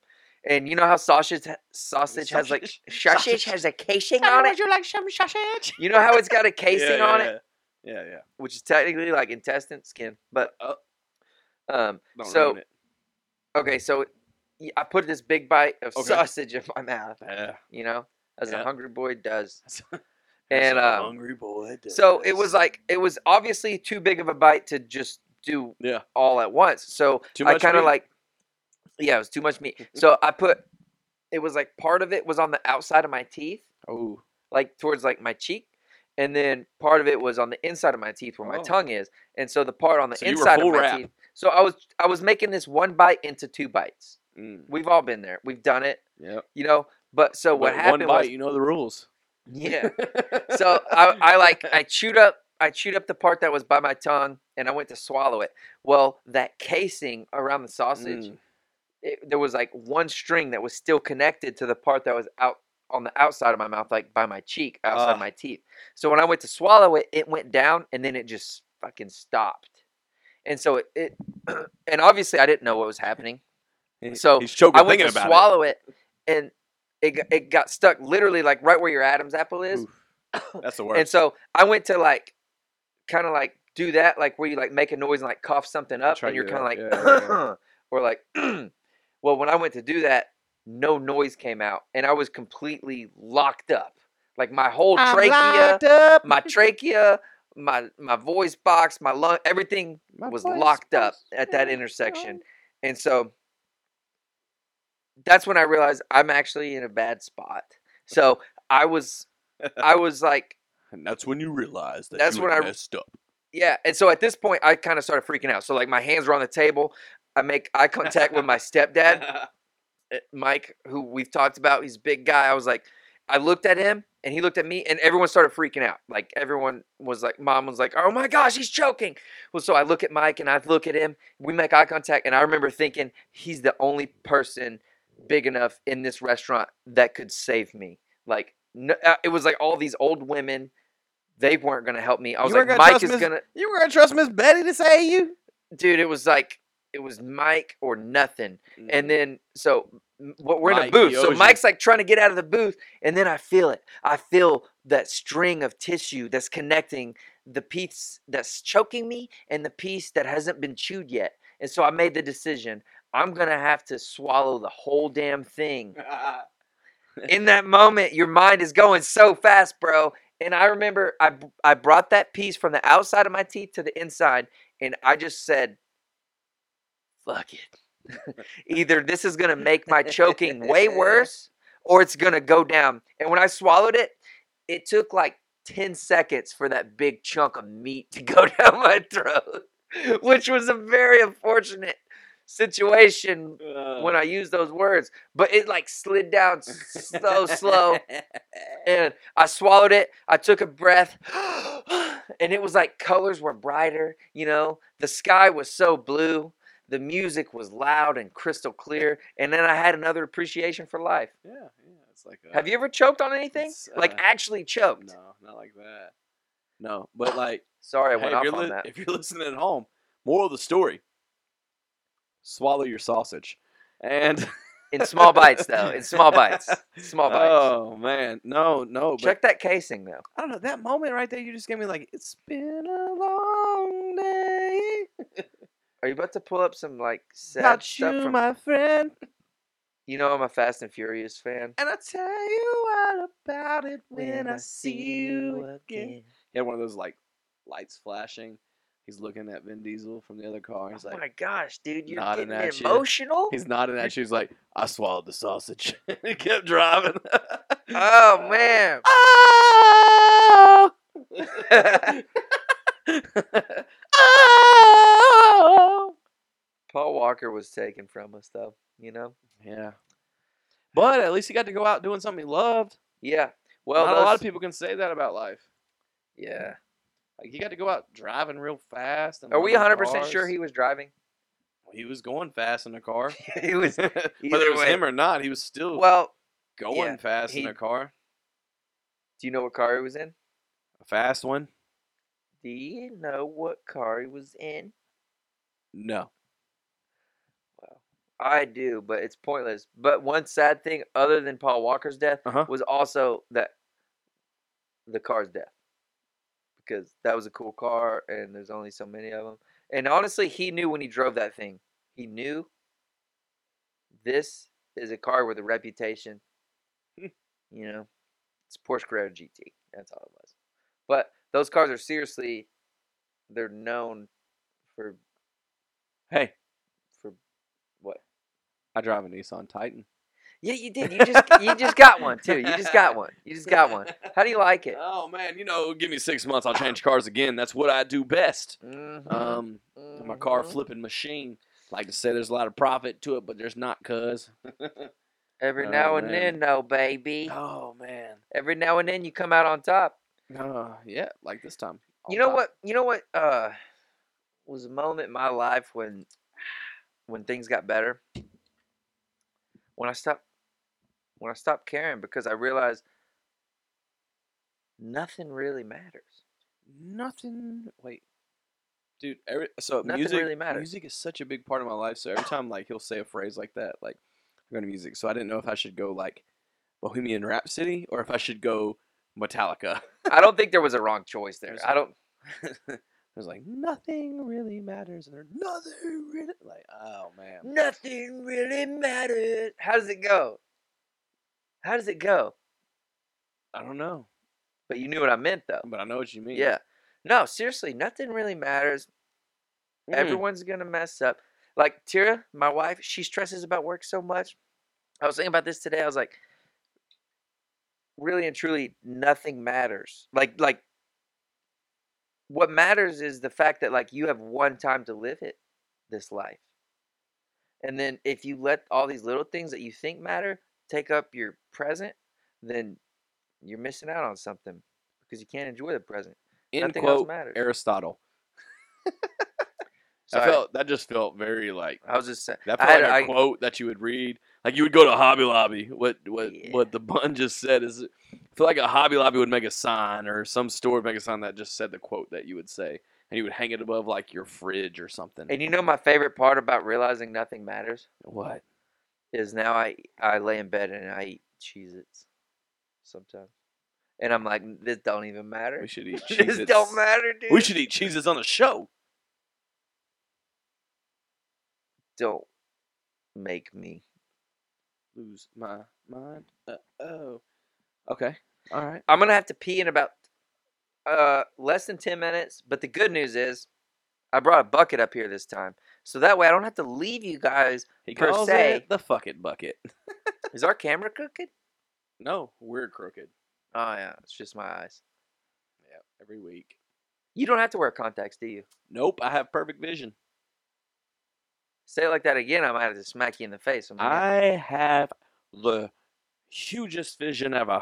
S3: And you know how sausage ha- sausage has like
S2: Sausage.
S3: sausage
S2: Sausage.
S3: has a casing on it.
S2: you like some sausage?
S3: You know how it's got a casing
S2: yeah,
S3: on
S2: yeah,
S3: it.
S2: Yeah, yeah. yeah.
S3: which is technically like intestine skin, but
S2: Uh,
S3: um,
S2: Don't
S3: So-
S2: ruin it.
S3: okay, so y- I put this big bite of
S2: Okay.
S3: sausage in my mouth,
S2: Yeah.
S3: you know, as
S2: Yeah.
S3: a hungry boy does.
S2: That's
S3: And
S2: a
S3: um,
S2: hungry boy. does.
S3: so it was like it was obviously too big of a bite to just do
S2: Yeah.
S3: all at once. So
S2: Too
S3: I
S2: much
S3: kind of
S2: meat? Mm-hmm.
S3: like, yeah, it was too much meat. so I put it was like part of it was on the outside of my teeth,
S2: oh,
S3: like towards like my cheek. And then part of it was on the inside of my teeth where my
S2: Oh.
S3: tongue is. And so the part on the
S2: So you were
S3: inside of
S2: full
S3: my
S2: wrap.
S3: teeth. So I was I was making this one bite into two bites.
S2: mm,
S3: We've all been there. We've done it,
S2: yeah.
S3: you know. But so what
S2: But
S3: happened
S2: One bite,
S3: was
S2: you know the rules.
S3: yeah. so I, I like I chewed up I chewed up the part that was by my tongue and I went to swallow it. Well, that casing around the sausage,
S2: Mm.
S3: it, there was like one string that was still connected to the part that was out on the outside of my mouth, like by my cheek, outside
S2: Ah.
S3: my teeth. So when I went to swallow it, it went down and then it just fucking stopped. And so it, it and obviously I didn't know what was happening.
S2: He-
S3: So,
S2: he's choking
S3: I went
S2: thinking
S3: to
S2: about
S3: swallow it, and it got, it got stuck literally like right where your Adam's apple is.
S2: Oof, it. That's the
S3: And
S2: worst.
S3: so I went to like kind of like do that, like where you like make a noise and like cough something up,
S2: try
S3: and
S2: to
S3: you're
S2: get
S3: kind of like,
S2: it up, yeah,
S3: or like, well, when I went to do that, no noise came out, and I was completely locked up. Like my whole trachea, my trachea, my my voice box, my lung, everything was locked up at that intersection. And so that's when I realized I'm actually in a bad spot. So I was I was like
S2: And that's when you realize that
S3: That's
S2: you
S3: when
S2: had
S3: I-
S2: messed up.
S3: yeah, and so at this point I kind of started freaking out. So like my hands were on the table. I make eye contact with my stepdad, uh, Mike, who we've talked about. He's a big guy. I was like I looked at him and he looked at me and everyone started freaking out. Like everyone was like mom was like, "Oh my gosh, he's choking." Well, so I look at Mike and I look at him. We make eye contact and I remember thinking he's the only person big enough in this restaurant that could save me. Like no, uh, it was like all these old women they weren't going to help me. I was
S2: You weren't
S3: like
S2: gonna
S3: Mike
S2: trust
S3: is
S2: Miss-
S3: going to
S2: You were gonna trust Miss Betty to save you?
S3: dude, it was like it was Mike or nothing. And then so m- what we're in a
S2: Mike,
S3: booth.
S2: he
S3: So
S2: owes you.
S3: Mike's like trying to get out of the booth, and then I feel it. I feel that string of tissue that's connecting the piece that's choking me and the piece that hasn't been chewed yet. And so I made the decision. I'm gonna have to swallow the whole damn thing.
S2: Mm.
S3: In that moment, your mind is going so fast, bro. And I remember I b- I brought that piece from the outside of my teeth to the inside, and I just said, "Fuck it." Either this is gonna make my choking way worse, or it's gonna go down. And when I swallowed it, it took like ten seconds for that big chunk of meat to go down my throat, which was a very unfortunate situation
S2: Uh,
S3: when I used those words, but it like slid down s- so slow. And I swallowed it. I took a breath. And it was like colors were brighter, you know? The sky was so blue. The music was loud and crystal clear. And then I had another appreciation for life.
S2: yeah, yeah, it's like a,
S3: Have you ever choked on anything?
S2: it's,
S3: Like
S2: uh,
S3: actually choked.
S2: No, not like that. No, but like
S3: Sorry, I
S2: hey,
S3: went
S2: if,
S3: off
S2: you're
S3: on
S2: li-
S3: that.
S2: if you're listening at home, moral of the story: swallow your sausage. And
S3: In small bites, though. In small bites. Small bites.
S2: oh man, no, no. But
S3: Check that casing, though.
S2: I don't know that moment right there. You just gave me like it's been a long day
S3: Are you about to pull up some like sad
S2: without
S3: stuff
S2: you,
S3: from?
S2: my friend.
S3: you know, I'm a Fast and Furious fan.
S2: And I tell you all about it when I see you again. He had one of those like lights flashing. He's looking at Vin Diesel from the other car. He's
S3: oh
S2: like,
S3: my gosh, dude, you're
S2: nodding
S3: getting
S2: at you.
S3: emotional.
S2: he's nodding at you. He's like, I swallowed the sausage. he kept driving.
S3: Oh man,
S2: Oh! oh!
S3: Paul Walker was taken from us, though. You know.
S2: Yeah. But at least he got to go out doing something he loved.
S3: Yeah. Well,
S2: Not a lot of
S3: those-
S2: people can say that about life.
S3: Yeah.
S2: Like he got to go out driving real fast. And
S3: Are we
S2: loving
S3: 100 percent sure
S2: cars.
S3: he was driving?
S2: he was going fast in a car?
S3: he was.
S2: Whether
S3: either
S2: it was
S3: way.
S2: him or not, he was still
S3: Well,
S2: going
S3: yeah,
S2: fast in
S3: he-
S2: a car.
S3: do you know what car he was in?
S2: A fast one?
S3: Do you know what car he was in?
S2: No.
S3: I do, but it's pointless. But one sad thing, other than Paul Walker's death,
S2: Uh-huh.
S3: was also that the car's death because that was a cool car, and there's only so many of them. And honestly, he knew when he drove that thing. He knew this is a car with a reputation. you know, it's Porsche Carrera GT. That's all it was. But those cars are seriously, they're known for
S2: Hey,
S3: for what
S2: I drive a Nissan Titan.
S3: Yeah, you did. You just you just got one too. You just got one. You just got one. How do you like it?
S2: Oh man, you know, give me six months, I'll change cars again. That's what I do best.
S3: Mhm,
S2: Um, I'm a car
S3: mhm.
S2: flipping machine. Like to say, there's a lot of profit to it, but there's not, cause.
S3: Every
S2: Oh,
S3: now and then,
S2: man.
S3: no baby.
S2: Oh man.
S3: Every now and then, you come out on top.
S2: Uh, yeah, like this time.
S3: You
S2: I'll
S3: know
S2: buy-
S3: what? You know what? Uh, was a moment in my life when when things got better. When I stopped when I stopped caring because I realized nothing really matters.
S2: Nothing. Wait, dude. Every so
S3: Nothing
S2: music.
S3: really matters.
S2: Music is such a big part of my life. So every time like he'll say a phrase like that, like I'm going to music. So I didn't know if I should go like Bohemian Rhapsody or if I should go Metallica.
S3: I don't think there was a wrong choice there.
S2: There's-
S3: I don't.
S2: I was like, nothing really matters, and there's nothing really like. Oh
S3: Mm.
S2: man.
S3: Nothing really mattered. How does it go? How does it go?
S2: I don't know,
S3: But you knew what I meant though.
S2: but I know what you mean.
S3: Yeah. No, seriously, nothing really matters.
S2: Mm.
S3: Everyone's gonna mess up. Like Tira, my wife, she stresses about work so much. I was thinking about this today. I was like, really and truly, nothing matters. Like, like, what matters is the fact that like you have one time to live it, this life. And then if you let all these little things that you think matter take up your present, then you're missing out on something because you can't enjoy the present.
S2: End
S3: nothing else
S2: quote.
S3: matters.
S2: Aristotle.
S3: Sorry.
S2: I felt that just felt very like
S3: I was just saying.
S2: that
S3: I
S2: felt
S3: had-
S2: like a
S3: I-
S2: quote that you would read. Like you would go to Hobby Lobby. What what
S3: Yeah.
S2: what the bun just said is I feel like a Hobby Lobby would make a sign or some store would make a sign that just said the quote that you would say. And you would hang it above like your fridge or something.
S3: And you know my favorite part about realizing nothing matters
S2: what?
S3: is now I I lay in bed and I eat Cheez-Its sometimes. And I'm like, this don't even matter.
S2: We should eat
S3: This
S2: cheese.
S3: don't matter, dude.
S2: We should eat cheeses on the show.
S3: don't make me.
S2: Lose my mind. Uh, oh. Okay. All right.
S3: I'm gonna have to pee in about uh less than ten minutes. But the good news is I brought a bucket up here this time. So that way I don't have to leave you guys.
S2: He
S3: Per
S2: calls
S3: se.
S2: it the fuck it bucket.
S3: Is our camera crooked?
S2: No, we're crooked.
S3: Oh yeah, it's just my eyes.
S2: Yeah, every week.
S3: You don't have to wear contacts, do you?
S2: Nope, I have perfect vision.
S3: Say it like that again, I might have to smack you in the face. I'm like,
S2: I have the hugest vision ever.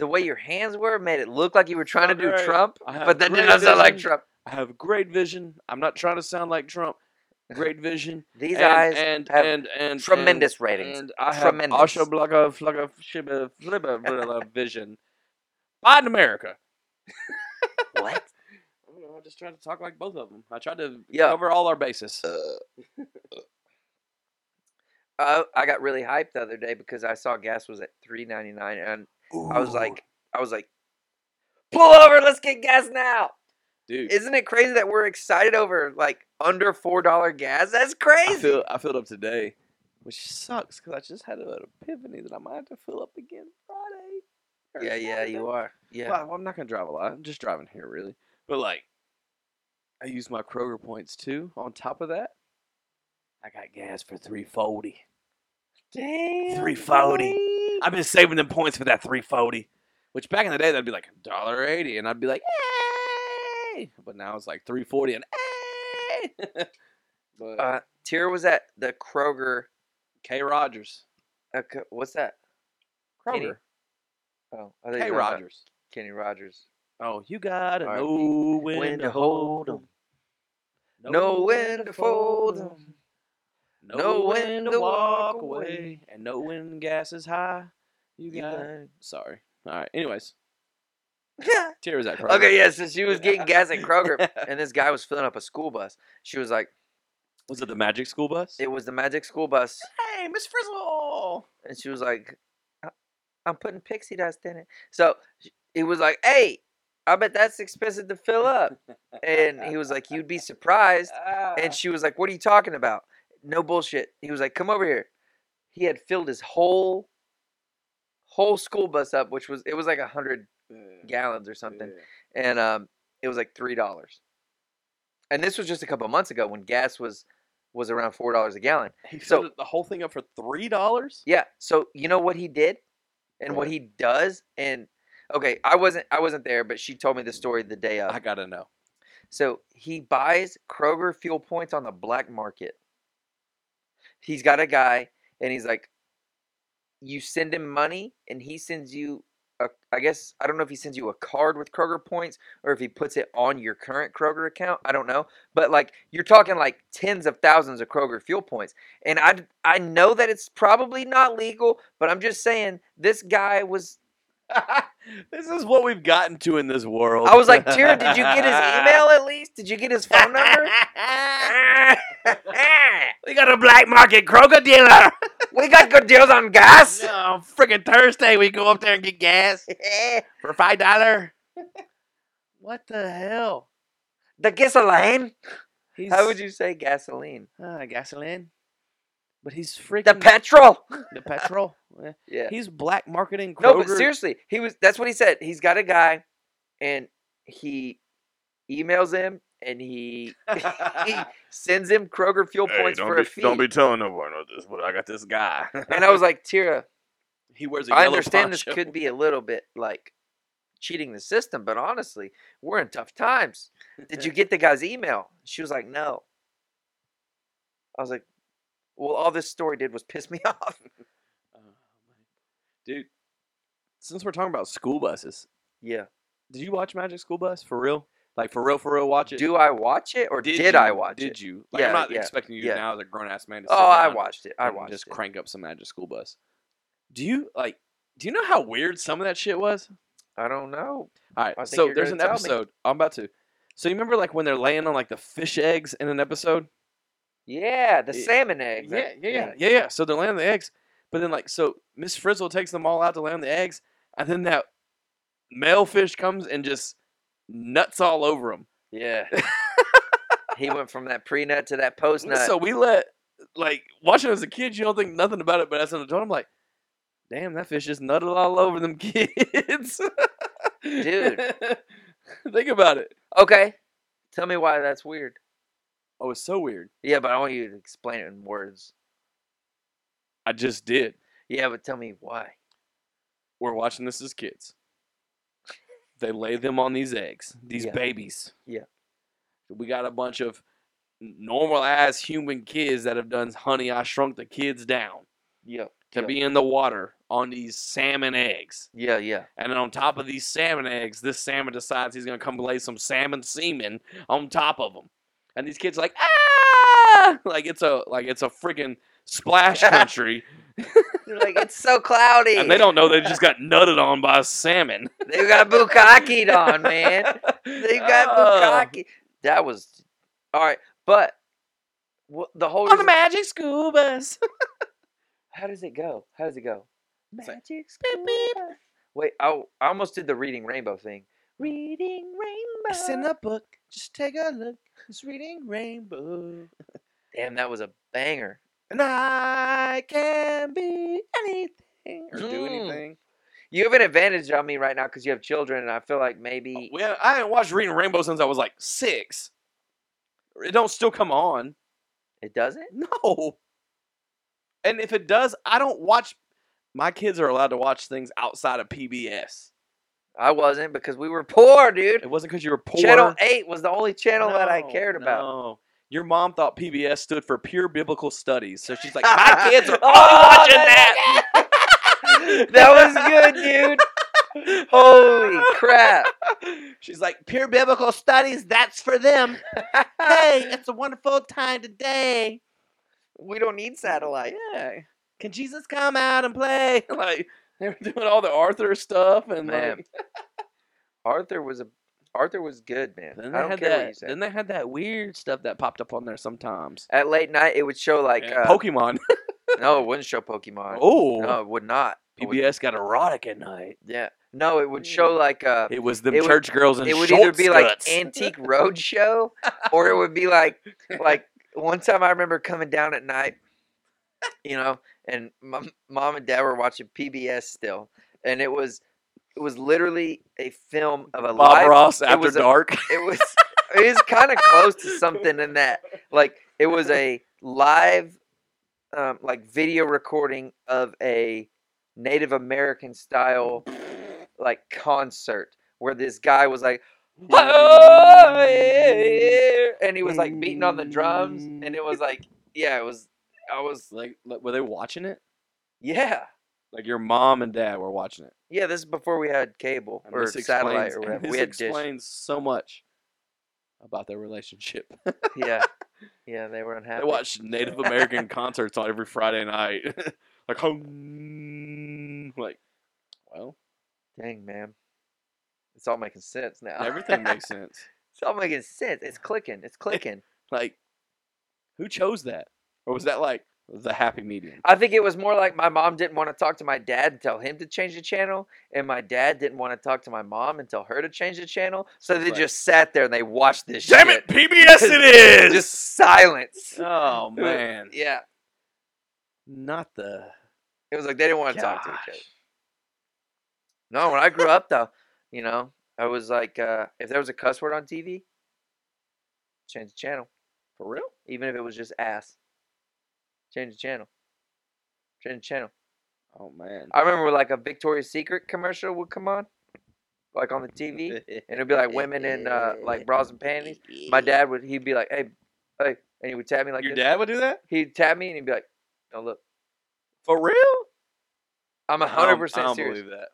S3: the way your hands were made it look like you were trying to do
S2: Alright.
S3: Trump,
S2: I have
S3: but that
S2: great
S3: did not sound like
S2: vision.
S3: Trump.
S2: I have great vision. I'm not trying to sound like Trump. Great vision.
S3: These
S2: and,
S3: eyes
S2: and,
S3: have
S2: and, and,
S3: tremendous
S2: and,
S3: ratings.
S2: And I have
S3: Tremendous.
S2: Asha Blugga Flugga Shibba Flibba Brilla vision. Biden America. Oh,
S3: what?
S2: I don't know, I just tried to talk like both of them. I tried to
S3: Yeah.
S2: cover all our bases.
S3: Uh, I got really hyped the other day because I saw gas was at three ninety nine, and I was like, I was like, pull over, let's get gas now.
S2: dude,
S3: Isn't it crazy that we're excited over like under four dollar gas? That's
S2: I,
S3: crazy.
S2: feel, I filled up today, which sucks because I just had an epiphany that I might have to fill up again Friday. or
S3: yeah, yeah,
S2: Saturday.
S3: you are. Yeah,
S2: Well, I'm not gonna drive a lot. I'm just driving here, really. But like, I use my Kroger points too. On top of that, I got gas for three forty.
S3: damn.
S2: 340.
S3: boy.
S2: I've been saving them points for that three forty, which back in the day that'd be like dollar eighty, and I'd be like, hey. But now it's like three forty and hey. but
S3: Uh, Tier was at the Kroger.
S2: K Rogers,
S3: Uh, K- what's that? Kenny.
S2: Kroger,
S3: Oh, I thought you were
S2: K
S3: talking about
S2: Rogers.
S3: Kenny Rogers.
S2: Oh, you gotta
S3: R.I.P.
S2: know when, to hold 'em.
S3: Know when to fold 'em.
S2: Know when to walk away and know when gas is high. You got it. Sorry. All right. Anyways, tears at Kroger.
S3: okay, yeah. So she was getting gas at Kroger, and this guy was filling up a school bus. She was like,
S2: Was it the Magic School Bus?
S3: "It was the magic school bus,"
S2: hey, Miss Frizzle.
S3: and she was like, "I- "I'm putting pixie dust in it." So sh- he was like, "Hey, I bet that's expensive to fill up," and he was like, "You'd be surprised."
S2: Ah,
S3: And she was like, What are you talking about? No bullshit. He was like, Come over here. He had filled his whole whole school bus up, which was it was like a hundred gallons or something. And um it was like three dollars. And this was just a couple months ago when gas was was around four dollars a gallon.
S2: He
S3: So-
S2: filled it- the whole thing up for three dollars.
S3: Yeah. So you know what he did? And what
S2: What?
S3: he does and okay, I wasn't I wasn't there, but she told me the story the day of.
S2: I gotta know.
S3: So he buys Kroger fuel points on the black market. He's got a guy, and he's like, you send him money, and he sends you. A, I guess I don't know if he sends you a card with Kroger points or if he puts it on your current Kroger account. I don't know, but like you're talking like tens of thousands of Kroger fuel points, and I d- I know that it's probably not legal, but I'm just saying this guy was.
S2: this is what we've gotten to in this world.
S3: I was like, Tira, did you get his email at least? Did you get his phone number?
S2: we got a black market Kroger dealer.
S3: We got good deals on gas.
S2: No, freaking Thursday we go up there and get gas for five dollar. what the hell?
S3: the gasoline.
S2: He's,
S3: How would you say gasoline?
S2: uh, gasoline? But he's freaking
S3: The petrol.
S2: the petrol. Yeah.
S3: Yeah.
S2: He's black marketing Kroger.
S3: No, but seriously, he was. That's what he said. He's got a guy, and he emails him, and he he sends him Kroger fuel points
S4: don't,
S3: for
S4: be,
S3: a fee.
S4: don't be telling no one about this, but I got this guy.
S3: and I was like, Tira,
S2: he wears a
S3: I
S2: yellow
S3: understand this
S2: poncho.
S3: could be a little bit like cheating the system, but honestly, we're in tough times. Did you get the guy's email? She was like, No. I was like, Well, all this story did was piss me off.
S2: Oh, man. Dude, since we're talking about school buses,
S3: Yeah.
S2: did you watch Magic School Bus for real? Like for real, for real, watch it.
S3: Do I watch it or did,
S2: you-
S3: I watch
S2: did
S3: it?
S2: you? Like,
S3: Yeah,
S2: I'm not
S3: yeah,
S2: expecting you
S3: yeah.
S2: now as a grown ass man to sit
S3: Oh, I
S2: down
S3: watched it. I
S2: and
S3: watched
S2: just
S3: it.
S2: crank up some Magic School Bus. Do you like? Do you know how weird some of that shit was?
S3: I don't know.
S2: All right,
S3: I think
S2: so
S3: you're
S2: there's an
S3: gonna tell me.
S2: episode. I'm about to. So you remember like when they're laying on like the fish eggs in an episode?
S3: Yeah, the
S2: Yeah,
S3: salmon eggs. I
S2: Yeah, yeah, yeah,
S3: think.
S2: yeah, yeah. So they're laying on the eggs, but then like so Miss Frizzle takes them all out to lay on the eggs, and then that male fish comes and just nuts all over them.
S3: Yeah. he went from that pre nut to that post nut.
S2: So we let like watching as a kid, you don't think nothing about it, but as an adult, I'm like, damn, that fish just nutted all over them kids,
S3: Dude.
S2: think about it.
S3: okay. Tell me why that's weird.
S2: Oh, it's so weird.
S3: Yeah, but I want you to explain it in words.
S2: I just did.
S3: Yeah, but tell me why.
S2: We're watching this as kids. They lay them on these eggs, these
S3: Yeah.
S2: babies.
S3: Yeah.
S2: We got a bunch of normal ass human kids that have done Honey, I Shrunk the Kids Down
S3: Yep.
S2: to
S3: yep.
S2: be in the water on these salmon eggs.
S3: Yeah, yeah.
S2: And then on top of these salmon eggs, this salmon decides he's going to come lay some salmon semen on top of them. And these kids are like, ah! Like it's a like it's a freaking splash country.
S3: They're like it's so cloudy.
S2: and they don't know they just got nutted on by a salmon.
S3: They got bukakied on, man. They got
S2: Oh.
S3: bukkake. That was all right, but wha- the whole
S2: On the
S3: reason-
S2: magic scubas.
S3: how does it go? How does it go?
S2: It's like,
S3: Magic school bus. Wait, I, w- I almost did the reading rainbow thing. Reading rainbow.
S1: Uh-huh.
S2: book. Just take a look. It's reading rainbow.
S3: Damn, that was a banger.
S2: And I can be anything or do
S3: Mm.
S2: anything.
S3: You have an advantage on me right now because you have children, and I feel like
S2: Oh,
S3: maybe
S2: Well, I haven't watched Reading Rainbow since I was like six. It don't still come on.
S3: it doesn't.
S2: No. And if it does, I don't watch. My kids are allowed to watch things outside of PBS.
S3: I wasn't because we were poor, dude.
S2: It wasn't because you were poor.
S3: Channel Eight was the only channel that I
S2: No,
S3: cared about.
S2: no. Your mom thought PBS stood for Pure Biblical Studies, so she's like, "My kids are only
S3: Oh,
S2: watching that."
S3: that's- that was good, dude. Holy crap!
S2: She's like, pure biblical studies, that's for them. hey, it's a wonderful time today.
S3: We don't need satellite.
S2: Yeah. Can Jesus come out and play? Like, they were doing all the Arthur stuff and
S3: Man,
S2: like,
S3: Arthur was a Arthur was good, man.
S2: then
S3: I
S2: they
S3: don't
S2: had
S3: care what you
S2: that.
S3: say.
S2: Then they had that weird stuff that popped up on there sometimes.
S3: At late night, it would show like
S2: Yeah,
S3: uh,
S2: Pokemon.
S3: no, it wouldn't show Pokemon.
S2: oh,
S3: No, it would not. It would-
S2: PBS got erotic at night.
S3: yeah, no, it would show like uh,
S2: It was them
S3: it would-
S2: church girls and
S3: it would either be like antique roadshow or it would be like like one time i remember coming down at night you know and my m- mom and dad were watching pbs still and it was it was literally a film of a
S2: Bob
S3: life
S2: Ross
S3: it
S2: after
S3: was a-
S2: dark.
S3: it was it is kind of close to something in that like it was a live um, like video recording of a native american style like concert where this guy was like "Oh, yeah," and he was like beating on the drums and it was like yeah it was i was
S2: like, like, were they watching it?
S3: yeah
S2: Like your mom and dad were watching it.
S3: yeah this is before we had cable
S2: And
S3: or
S2: this
S3: satellite
S2: explains-
S3: or
S2: and
S3: whatever
S2: This
S3: we had dish
S2: explains so much about their relationship.
S3: yeah yeah they were unhappy
S2: They watched Native American concerts on every Friday night. like, hum, like, well,
S3: Dang, man. It's all making sense now.
S2: everything makes sense.
S3: it's all making sense. It's clicking. It's clicking.
S2: Like, who chose that? Or was that like the happy medium?
S3: I think it was more like my mom didn't want to talk to my dad and tell him to change the channel, and my dad didn't want to talk to my mom and tell her to change the channel. So they
S2: Right.
S3: just sat there and they watched this
S4: Damn
S3: shit.
S4: it, PBS it is.
S3: Just silence.
S2: Oh man,
S3: Yeah.
S2: not the.
S3: It was like they didn't want to talk to each other.
S2: Gosh.
S3: No, when I grew up though, you know, I was like, uh, if there was a cuss word on TV, change the channel.
S2: For real?
S3: even if it was just ass. Change the channel. Change the channel.
S2: Oh man.
S3: I remember like a Victoria's Secret commercial would come on, like on the TV, and it'd be like women in uh, like bras and panties. My dad would he'd be like, "Hey, hey," and he would tap me like
S2: Your
S3: this.
S2: dad would do that?
S3: He'd tap me and he'd be like, "No, look,
S2: For real?
S3: I'm
S2: I don't-
S3: hundred
S2: I
S3: percent
S2: don't
S3: serious."
S2: believe that.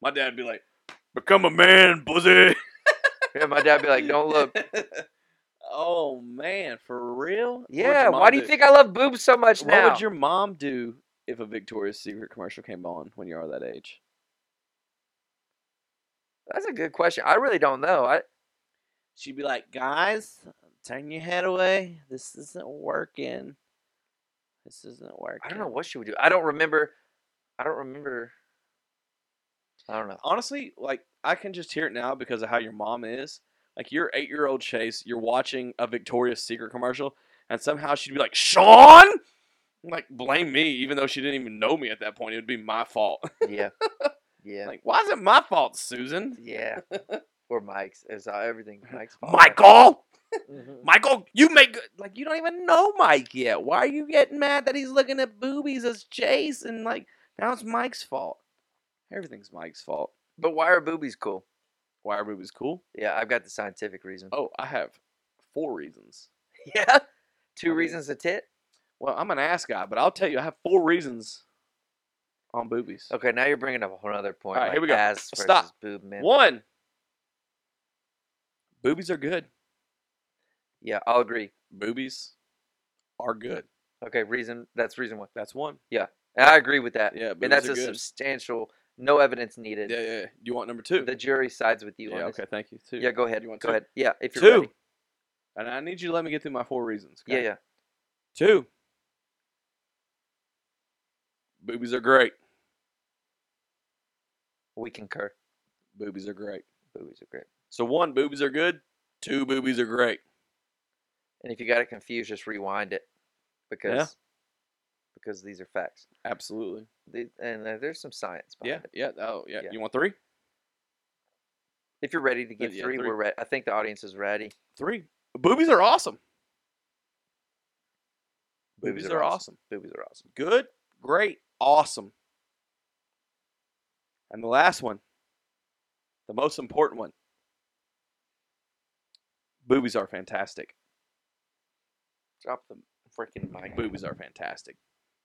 S4: My dad'd be like, "Become a man, pussy."
S3: Yeah, my dad'd be like, "Don't look."
S2: oh man, for real? What would
S3: Yeah,
S2: your mom
S3: why do you think I love boobs so much
S2: What
S3: now?
S2: would your mom do if a Victoria's Secret commercial came on when you are that age?
S3: That's a good question. I really don't know. I
S2: She'd be like, "Guys, turn your head away. This isn't working. This isn't working."
S3: I don't know what she would do. I don't remember. I don't remember. I don't know.
S2: honestly, like I can just hear it now because of how your mom is. Like your eight year old Chase, you're watching a Victoria's Secret commercial, and somehow she'd be like, Sean? Like, blame me, even though she didn't even know me at that point. It would be my fault.
S3: Yeah. Yeah.
S2: like, why is it my fault, Susan?
S3: yeah. Or Mike's. It's all, everything
S2: Mm-hmm.
S3: Mike's fault.
S2: Michael?
S3: Mhm.
S2: Michael, you make like you don't even know Mike yet. Why are you getting mad that he's looking at boobies as Chase and like now it's Mike's fault. Everything's Mike's fault.
S3: But why are boobies cool?
S2: Why are boobies cool?
S3: Yeah, I've got the scientific reason.
S2: Oh, I have four reasons.
S3: yeah. Two
S2: mean-
S3: reasons to tit.
S2: Well, I'm an ass guy, but I'll tell you, I have four reasons on boobies.
S3: Okay, now you're bringing up a whole other point.
S2: All right,
S3: like
S2: here we go.
S3: Ass versus
S2: Stop.
S3: boob, man.
S2: One, boobies are good.
S3: Yeah, I'll agree.
S2: Boobies are good.
S3: Okay, reason. That's reason one.
S2: That's one.
S3: And I agree with that.
S2: Yeah,
S3: and
S2: boobies
S3: that's
S2: are
S3: a
S2: good.
S3: substantial, no evidence needed.
S2: yeah, yeah. yeah. You want number two?
S3: The jury sides with you.
S2: yeah.
S3: on
S2: Okay.
S3: This.
S2: Thank you. Two.
S3: Yeah, go ahead.
S2: You want
S3: Go
S2: two?
S3: ahead. Yeah, if you're
S2: Two.
S3: ready.
S2: And I need you to let me get through my four reasons.
S3: Yeah,
S2: okay?
S3: yeah.
S2: Two. Boobies are great.
S3: We concur.
S2: Boobies are great.
S3: Boobies are great.
S2: So one, boobies are good. Two, boobies are great.
S3: And if you got it confused, just rewind it, because because these are facts.
S2: Absolutely.
S3: The- and uh, there's some science
S2: Yeah.
S3: behind it.
S2: Yeah. Oh, yeah.
S3: Yeah.
S2: You want three?
S3: If you're ready to give
S2: yeah,
S3: 3
S2: three.
S3: three, we're ready. I think the audience is ready.
S2: Three. Boobies are awesome. Boobies, are, awesome.
S3: Boobies are awesome.
S2: Good, great, awesome. And the last one, the most important one. Boobies are fantastic.
S3: Drop the freaking mic.
S2: Boobies are fantastic.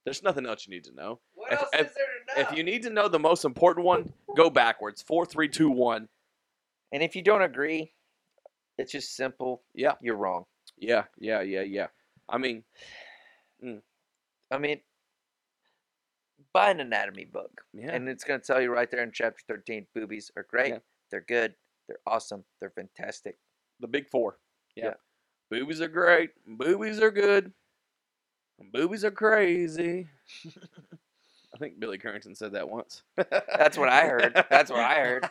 S2: There's nothing else you need to know.
S3: What
S2: If- else if- is
S3: there
S2: If you need to know the most important one, go backwards. Four, three, two, one.
S3: and if you don't agree, it's just simple.
S2: Yeah.
S3: You're wrong.
S2: Yeah, yeah, yeah, yeah. I mean,
S3: I mean, buy an anatomy book,
S2: yeah.
S3: and it's going to tell you right there in chapter 13 boobies are great.
S2: Yeah.
S3: They're good. They're awesome. They're fantastic.
S2: the big four.
S3: Yeah.
S2: Boobies are great. Boobies are good. Boobies are crazy. I think Billy Currington said that once.
S3: That's what I heard. That's what I heard.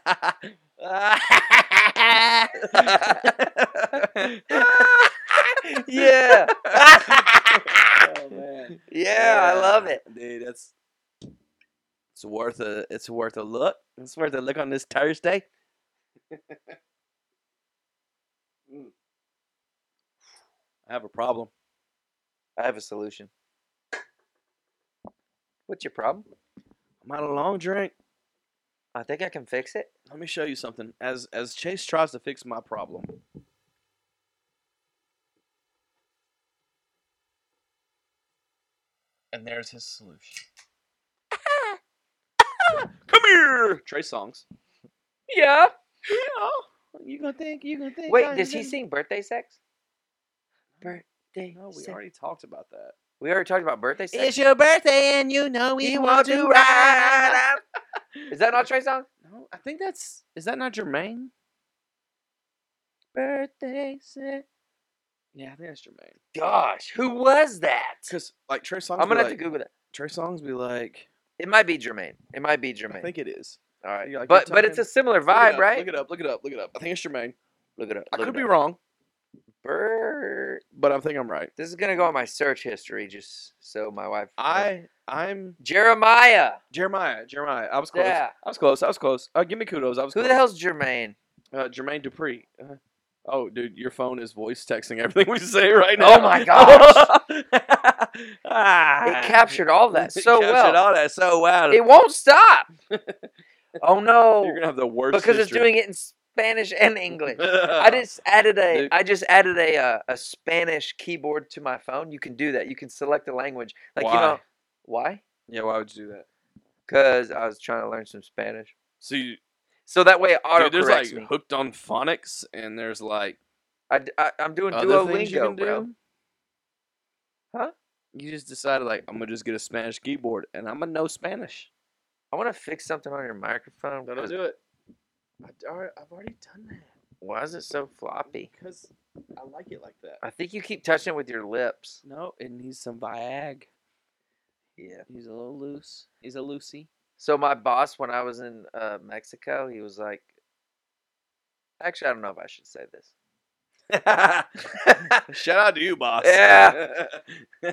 S3: yeah.
S2: oh man.
S3: Yeah, I love it.
S2: Dude, that's it's worth a it's worth a look. It's worth a look on this Thursday.
S3: Mm.
S2: I have a problem.
S3: I have a solution. What's your problem?
S2: I'm out of long drink.
S3: I think I can fix it.
S2: Let me show you something. As as Chase tries to fix my problem. And there's his solution. Come here, Trey songs.
S3: Yeah.
S2: Yeah. You gonna think? You gonna think? I
S3: Wait,
S2: ain't
S3: does he
S2: been-
S3: sing birthday sex? Birthday
S2: No, we
S3: sex.
S2: already talked about that.
S3: We already talked about birthday sex.
S2: your birthday, and you know
S3: Is that not Trey song?
S2: No, I think that's. Is that not Jermaine? Birthday sex. Yeah, I think that's Jermaine.
S3: Gosh, who was that?
S2: Cause like Trey songs.
S3: I'm gonna have
S2: be
S3: to
S2: like-
S3: Google that.
S2: Trey songs be like.
S3: It might be Jermaine. It might be
S2: I
S3: Jermaine.
S2: think it is.
S3: All right,
S2: you're like,
S3: but
S2: you're
S3: but it's a
S2: talking-
S3: similar
S2: Look it
S3: vibe,
S2: up,
S3: right?
S2: Look it up. Look it up. Look it up. I think it's Jermaine.
S3: Look it up.
S2: I
S3: look
S2: could
S3: it
S2: be
S3: up.
S2: wrong,
S3: Bir-
S2: but I think I'm right.
S3: This is gonna go on my search history, just so my wife.
S2: I I'm
S3: Jeremiah.
S2: Jeremiah. Jeremiah. I was close.
S3: Yeah.
S2: I was close. I was close. Uh, give me kudos. I was
S3: Who
S2: close.
S3: the hell's Jermaine?
S2: Uh, Jermaine Dupree. Uh, oh, dude, your phone is voice texting everything we say right now.
S3: Oh my gosh.
S2: ah,
S3: It captured all that
S2: It
S3: so
S2: captured
S3: well.
S2: all that so well.
S3: It won't stop. oh
S2: You're
S3: no,
S2: gonna have the worst
S3: because it's
S2: history.
S3: doing it in Spanish and English. I just added a
S2: Dude.
S3: I just added a uh, a Spanish keyboard to my phone. You can do that. You can select a language. Like you
S2: Why?
S3: know why?
S2: Yeah, why would you do that?
S3: Because I was trying to learn some Spanish.
S2: So you,
S3: So that way it auto
S2: dude, there's like
S3: corrects me.
S2: hooked on phonics, and there's like
S3: I, d- I, am doing
S2: other things you can
S3: Duolingo,
S2: do.
S3: bro. Huh?
S2: You just decided like I'm gonna just get a Spanish keyboard, and I'm gonna know Spanish.
S3: I want to fix something on your microphone.
S2: Don't
S3: 'cause
S2: do it. I, have already done that
S3: Why is it so floppy?
S2: because I like it like that.
S3: I think you keep touching it with your lips.
S2: No, it needs some Viag.
S3: Yeah.
S2: He's a little loose. He's a loosey.
S3: So my boss, when I was in uh, Mexico, he was like, "Actually, I don't know if I should say this."
S2: Shout out to you, boss.
S3: Yeah.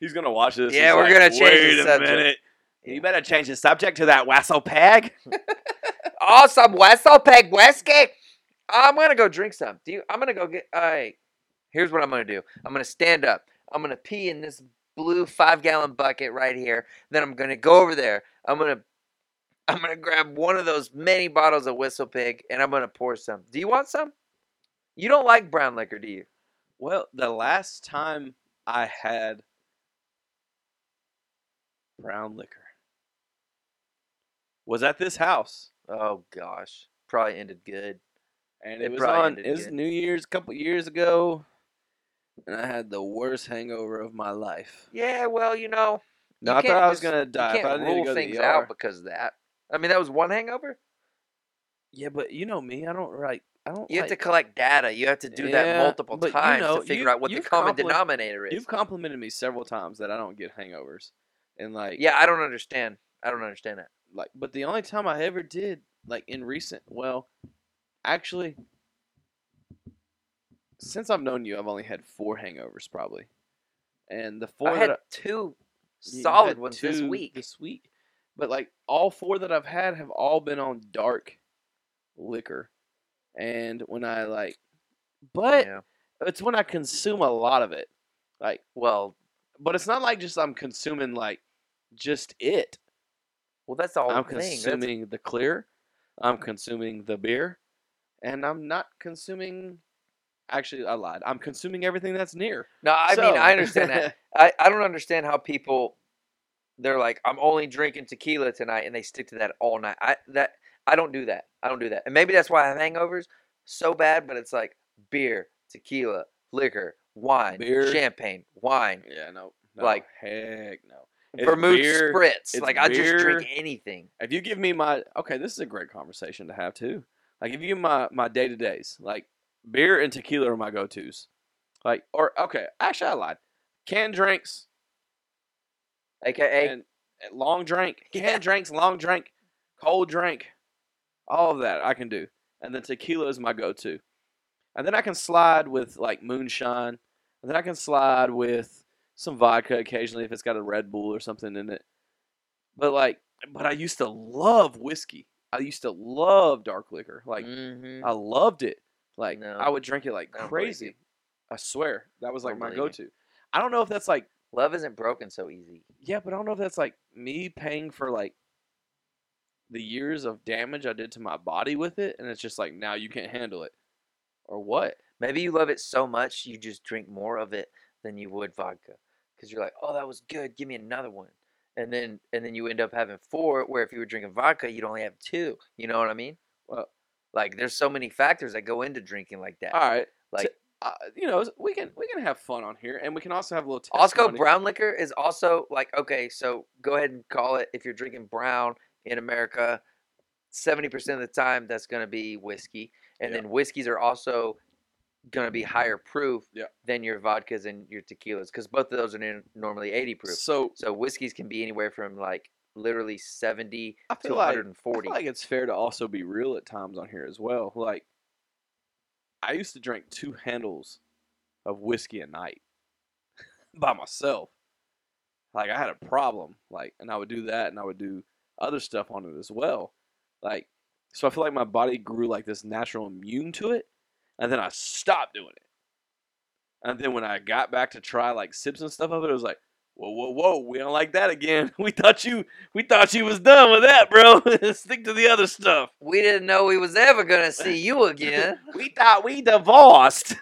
S2: He's gonna watch this.
S3: Yeah,
S2: He's
S3: we're
S2: like,
S3: gonna change
S2: Wait
S3: the
S2: a
S3: subject."
S2: minute.
S3: Yeah.
S2: You better change the subject to that wassel peg.
S3: awesome Wessel Peg whiskey. I'm gonna go drink some. Do you? I'm gonna go get. I. Here's what I'm gonna do. I'm gonna stand up. I'm gonna pee in this blue five gallon bucket right here. Then I'm gonna go over there. I'm gonna. I'm gonna grab one of those many bottles of Whistle Pig and I'm gonna pour some. Do you want some? You don't like brown liquor, do you?
S2: Well, the last time I had brown liquor was at this house,
S3: Oh gosh, probably ended good.
S2: and
S3: It
S2: it, was
S3: probably
S2: on
S3: ended
S2: it was
S3: good.
S2: New Year's a couple years ago, and I had the worst hangover of my life.
S3: Yeah, well, you know, You
S2: Not that
S3: can't
S2: I was
S3: just-
S2: gonna
S3: you
S2: die. if I
S3: can't
S2: didn't need to
S3: rule
S2: go to the
S3: things
S2: ER.
S3: out because of that. I mean, that was one hangover.
S2: Yeah, but you know me, I don't like. I don't.
S3: You have
S2: like,
S3: to collect data. You have to do that
S2: Yeah,
S3: multiple
S2: but you
S3: times
S2: know,
S3: to figure
S2: you-
S3: out what the
S2: you've
S3: common
S2: compli-
S3: denominator is.
S2: You've complimented me several times that I don't get hangovers, and like
S3: Yeah, I don't understand. I don't understand that.
S2: like but the only time I ever did like in recent well actually since I've known you I've only had four hangovers probably and the four
S3: I
S2: that
S3: had
S2: I-
S3: two
S2: you
S3: solid
S2: had
S3: ones this
S2: two
S3: week.
S2: this week but like all four that I've had have all been on dark liquor and when I like but
S3: Yeah.
S2: it's when I consume a lot of it like
S3: Well,
S2: but it's not like just I'm consuming like just it
S3: well, that's the whole
S2: I'm
S3: thing. That's-
S2: consuming the clear, I'm consuming the beer, and I'm not consuming. Actually, I lied. I'm consuming everything that's near.
S3: no, I
S2: So-
S3: mean, I understand that. I, I don't understand how people they're like I'm only drinking tequila tonight and they stick to that all night. I that I don't do that. I don't do that. And maybe that's why I have hangovers so bad, but it's like beer, tequila, liquor, wine,
S2: Beer.
S3: champagne, wine,
S2: yeah, no, no,
S3: Like-
S2: heck no. It's
S3: vermouth
S2: beer,
S3: spritz.
S2: it's
S3: Like I just drink
S2: beer.
S3: anything.
S2: If you give me my okay, this is a great conversation to have too. Like if you give me my my day to days, like beer and tequila are my go tos. Like or okay, actually I lied. Canned drinks
S3: AKA
S2: and and long drink, canned
S3: Yeah.
S2: drinks, long drink, cold drink, all of that I can do. And then tequila is my go-to. And then I can slide with like moonshine, and then I can slide with some vodka occasionally if it's got a Red Bull or something in it. But like, but I used to love whiskey. I used to love dark liquor. Like
S3: mhm.
S2: I loved it. Like
S3: No.
S2: I would drink it like
S3: I don't believe you.
S2: crazy. I swear that was
S3: Don't
S2: like my
S3: believe you.
S2: go-to. I don't know if that's like
S3: love isn't broken so easy.
S2: yeah, but I don't know if that's like me paying for like the years of damage I did to my body with it, and it's just like now you can't handle it, or what?
S3: Maybe you love it so much you just drink more of it than you would vodka because you're like, oh, that was good. Give me another one. And then and then you end up having four. Where if you were drinking vodka, you'd only have two. You know what I mean?
S2: Well-
S3: like there's so many factors that go into drinking like that.
S2: All right,
S3: like
S2: uh, you know we can we can have fun on here, and we can also have a little.
S3: Osco
S2: testimony.
S3: brown liquor is also like okay. So go ahead and call it if you're drinking brown in America. Seventy percent of the time, that's going to be whiskey, and
S2: Yeah.
S3: then whiskeys are also going to be higher proof
S2: Yeah.
S3: than your vodkas and your tequilas because both of those are near- normally eighty proof.
S2: So
S3: So whiskeys can be anywhere from like literally seventy
S2: I
S3: to
S2: feel
S3: one
S2: like
S3: hundred and
S2: I
S3: forty.
S2: feel like it's fair to also be real at times on here as well. Like I used to drink two handles of whiskey a night by myself. Like I had a problem. Like and I would do that and I would do other stuff on it as well. Like so I feel like my body grew like this natural immune to it and then I stopped doing it. And then when I got back to try like sips and stuff of it, it was like, whoa, whoa, whoa, we don't like that again. We thought you we thought you was done with that, bro. Stick to the other stuff.
S3: we didn't know we was ever going to see you again.
S2: We thought we divorced.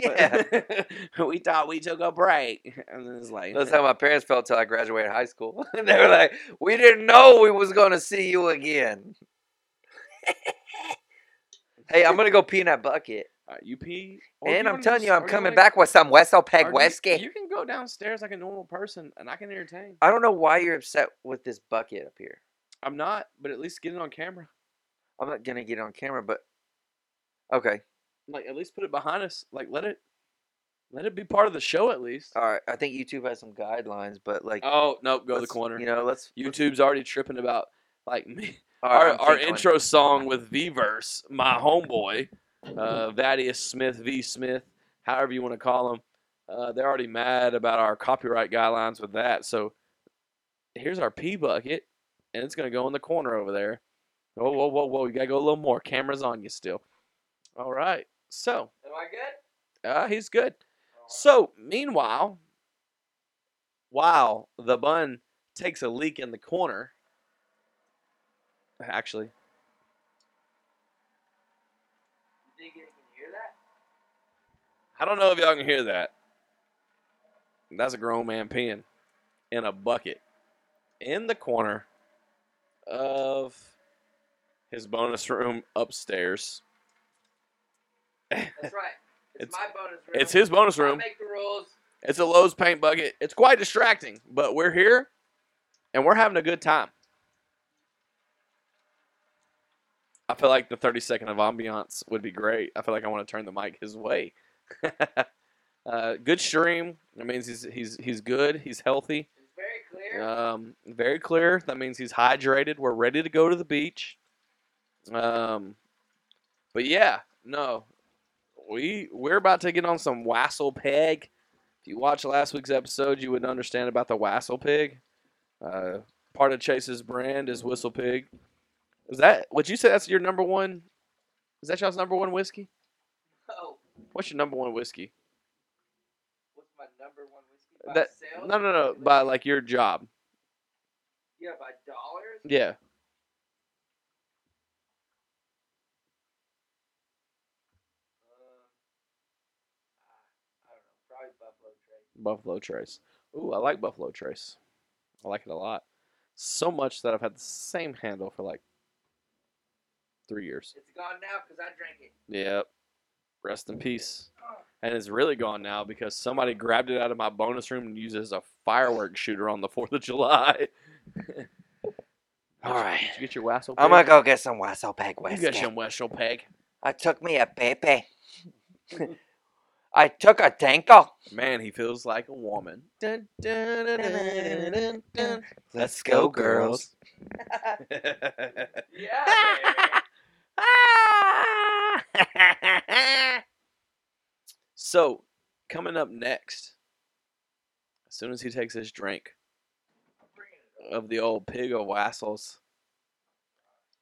S3: yeah.
S2: we thought we took a break. And then it's like
S3: That's how my parents felt till I graduated high school. and they were like, "We didn't know we was gonna see you again." hey, I'm gonna go pee in that bucket,
S2: Alright, you pee. or if
S3: and
S2: you
S3: I'm
S2: wanna
S3: telling
S2: just-
S3: you,
S2: or
S3: I'm coming
S2: wanna-
S3: back with some Wessel Peg
S2: or you-
S3: whiskey.
S2: You can go downstairs like a normal person and I can entertain.
S3: I don't know why you're upset with this bucket up here.
S2: I'm not, but at least get it on camera.
S3: I'm not gonna get it on camera, but okay,
S2: Like at least put it behind us. Like let it let it be part of the show at least.
S3: all right. I think YouTube has some guidelines, but like,
S2: Oh no, go to the
S3: let's-
S2: corner.
S3: You know, let's.
S2: YouTube's already tripping about like me.
S3: all right,
S2: Our,
S3: I'm
S2: our
S3: tinkling.
S2: intro song with V verse, my homeboy, uh, Vadius Smith, V Smith, however you want to call him. Uh, they're already mad about our copyright guidelines with that. So here's our pee bucket, and it's gonna go in the corner over there. Whoa, whoa, whoa, whoa! You gotta go a little more. Camera's on you still. All right. So
S3: Am I good?
S2: uh, he's good. So, meanwhile, while the bun takes a leak in the corner, actually,
S3: You think you can hear that?
S2: I don't know if y'all can hear that. That's a grown man peeing in a bucket in the corner of his bonus room upstairs.
S3: That's right.
S2: It's-
S3: my bonus room.
S2: It's his bonus room.
S3: make the rules.
S2: It's a Lowe's paint bucket. It's quite distracting, but we're here and we're having a good time. I feel like the 30 second of ambiance would be great. I feel like I want to turn the mic his way. uh, good stream. That means he's he's he's good. He's healthy.
S3: It's very clear.
S2: Um, very clear. That means he's hydrated. We're ready to go to the beach. Um, but yeah, no, we we're about to get on some wassail pig. If you watched last week's episode, you would understand about the wassail pig. Uh, part of Chase's brand is Whistle Pig. Is that would you say that's your number one? Is that y'all's number one whiskey?
S3: oh,
S2: What's your number one whiskey?
S3: what's my number one whiskey? By
S2: That-
S3: sales?
S2: No, no, no. By like your job.
S3: Yeah, by dollars?
S2: Yeah.
S3: Um, I don't know. Probably Buffalo Trace.
S2: Buffalo Trace. Ooh, I like Buffalo Trace. I like it a lot. So much that I've had the same handle for like three years.
S3: It's gone now because I drank it.
S2: Yep. Rest in peace. And it's really gone now because somebody grabbed it out of my bonus room and used it as a fireworks shooter on the 4th of July.
S3: All right.
S2: Did you get your wassail peg?
S3: I'm gonna go get some Wassel Peg
S2: You
S3: whiskey.
S2: got your wassail peg.
S3: I took me a pepe. I took a tanko.
S2: Man, he feels like a woman. Dun, dun, dun, dun, dun, dun.
S3: Let's go, girls. Yeah.
S2: so, coming up next, as soon as he takes his drink of the old pig of wassels,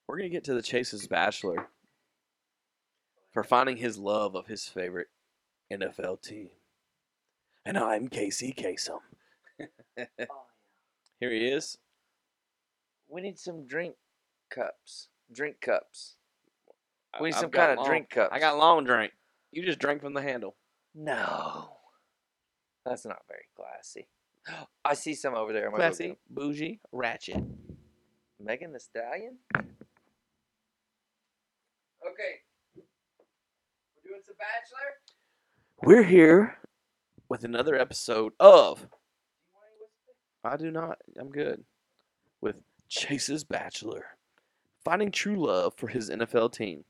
S2: we're going to get to the Chase's Bachelor for finding his love of his favorite NFL team. And I'm KC Kasem. Here he is.
S3: we need some drink cups. Drink cups.
S2: I-
S3: We need
S2: I've
S3: some
S2: got
S3: kind of
S2: long-
S3: drink cups.
S2: I got long drink. You just drank from the handle.
S3: no. That's not very classy. I see some over there. Am I looking
S2: Classy, bougie, ratchet.
S3: Megan the Stallion? Okay. We're doing some Bachelor?
S2: We're here with another episode of I Do Not, I'm Good with Chase's Bachelor, finding true love for his NFL team.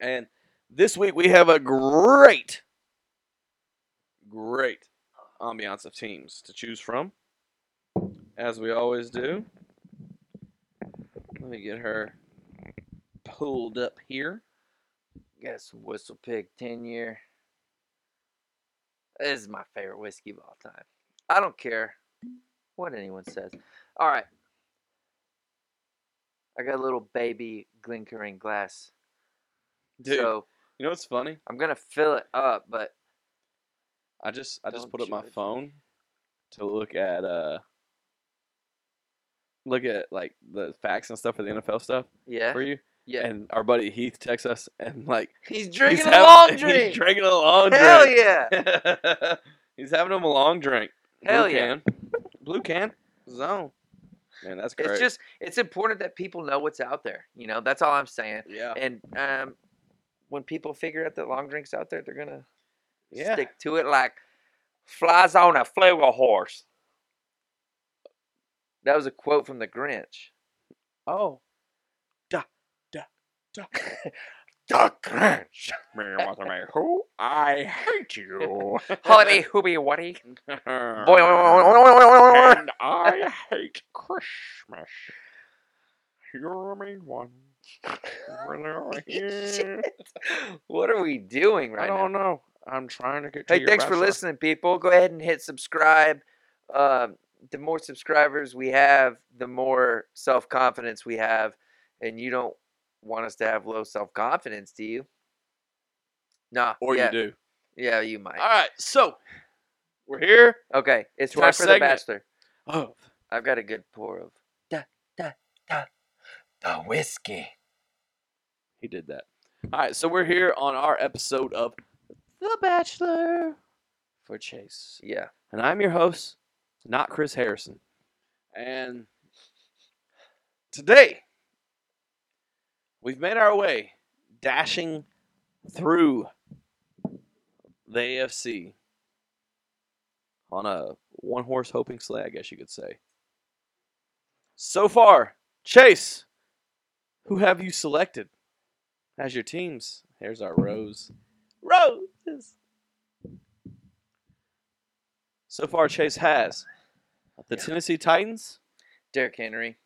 S2: And this week we have a great, great ambiance of teams to choose from, as we always do. Let me get her pulled up here.
S3: Guess Whistle Pig 10 year. This is my favorite whiskey of all time. I don't care what anyone says. All right. I got a little baby Glencairn glass.
S2: Dude,
S3: So
S2: you know what's funny?
S3: I'm going to fill it up, but
S2: I just I just
S3: Don't
S2: put up my
S3: judge me.
S2: phone to look at uh look at like the facts and stuff for the NFL stuff
S3: yeah.
S2: for you.
S3: Yeah.
S2: And our buddy Heath texts us and like
S3: He's drinking
S2: he's
S3: a
S2: hav-
S3: long drink.
S2: He's drinking a long
S3: Hell
S2: drink.
S3: yeah.
S2: yeah. he's having him a long drink.
S3: Hell
S2: Blue
S3: yeah.
S2: can. Blue can zone. Man, that's great.
S3: It's just it's important that people know what's out there. You know, that's all I'm saying.
S2: yeah.
S3: And um, when people figure out that long drinks out there, they're gonna
S2: Yeah.
S3: stick to it like flies on a flugel horse. That was a quote from the Grinch.
S2: Oh.
S3: The Grinch.
S2: Me, what am I? Who? I hate you.
S3: Holiday hoobie whatty. Boy,
S2: and I hate Christmas. You're me one. Really over here.
S3: what are we doing
S2: I
S3: right now?
S2: don't know. I'm trying to get to
S3: Hey,
S2: your
S3: thanks for
S2: bachelor.
S3: listening, people. Go ahead and hit subscribe. Um, the more subscribers we have, the more self confidence we have. And you don't want us to have low self confidence, do you? Nah.
S2: Or
S3: yeah,
S2: you do.
S3: Yeah, you might.
S2: All right, so we're here.
S3: Okay, it's
S2: To
S3: time
S2: our
S3: for the
S2: segment.
S3: bachelor.
S2: Oh,
S3: I've got a good pour of da da da the whiskey.
S2: he did that. All right, so we're here on our episode of The Bachelor for Chase.
S3: Yeah.
S2: And I'm your host, not Chris Harrison. And today, we've made our way dashing through the AFC on a one horse hoping sleigh, I guess you could say. So far, Chase, who have you selected as your teams? Here's our rose. Roses! So far, Chase has the Tennessee Titans
S3: Derrick Henry.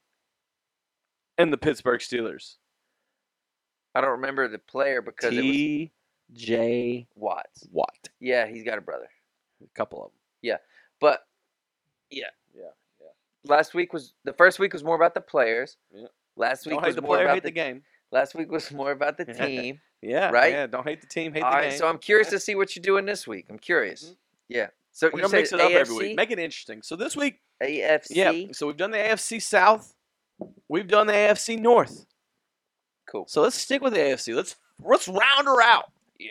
S2: and the Pittsburgh Steelers.
S3: I don't remember the player because it was
S2: T.J.
S3: Watts.
S2: Watt.
S3: Yeah, he's got a brother.
S2: A couple of them.
S3: But yeah.
S2: Yeah, yeah.
S3: Last week was the first week was more about the players.
S2: Yeah.
S3: Last week
S2: Don't
S3: was
S2: hate the
S3: more
S2: player,
S3: about
S2: hate the, game.
S3: Last week was more about the team.
S2: Yeah,
S3: Right?
S2: Yeah, don't hate the team, hate
S3: All
S2: the
S3: right,
S2: game.
S3: so I'm curious to see what you're doing this week. I'm curious.
S2: Mhm.
S3: Yeah. So
S2: We're
S3: you
S2: gonna
S3: said
S2: mix it up every
S3: AFC?
S2: week. Make it interesting. So this week,
S3: AFC.
S2: yeah. So we've done the AFC South. We've done the AFC North.
S3: Cool.
S2: So let's stick with the AFC. Let's let's round her out. Yeah,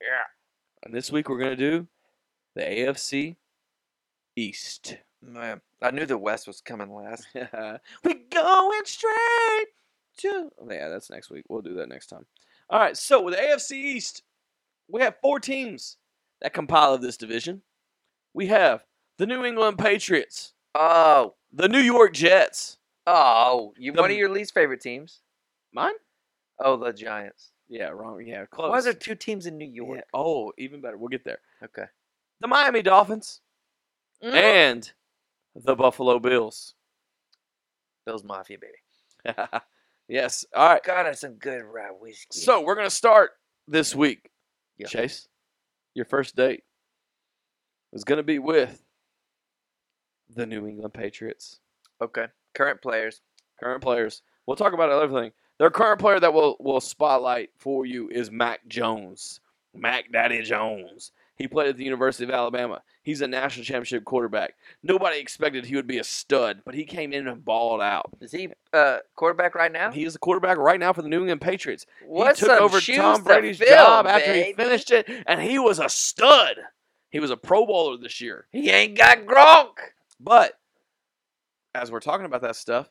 S2: yeah. And this week we're gonna do the AFC East.
S3: Man, I knew the West was coming last.
S2: we going straight to. Oh, yeah, that's next week. We'll do that next time. All right. So with the AFC East, we have four teams that compile of this division. We have the New England Patriots,
S3: Oh,
S2: the New York Jets.
S3: oh, you
S2: The-
S3: one of your least favorite teams?
S2: Mine?
S3: Oh, the Giants.
S2: Yeah, wrong. Yeah, close.
S3: Why is there two teams in New York?
S2: Yeah, Oh, even better. We'll get there.
S3: Okay.
S2: The Miami Dolphins
S3: Mm-hmm.
S2: and the Buffalo Bills.
S3: Bills Mafia, baby.
S2: yes. All right.
S3: Got us some good rye whiskey.
S2: So we're gonna start this week.
S3: Yeah.
S2: Chase, your first date is gonna be with the New England Patriots.
S3: okay, current players.
S2: Current players. We'll talk about everything. Their current player that will will spotlight for you is Mac Jones. Mac Daddy Jones. He played at the University of Alabama. He's a national championship quarterback. Nobody expected he would be a stud, but he came in and balled out.
S3: Is he uh, quarterback right now?
S2: And he is the quarterback right now for the New England Patriots.
S3: What's
S2: he took
S3: some
S2: over
S3: shoes
S2: Tom
S3: to
S2: Brady's
S3: fill,
S2: job after he
S3: baby?
S2: finished it, and he was a stud. He was a Pro Bowler this year.
S3: He ain't got Gronk.
S2: But as we're talking about that stuff,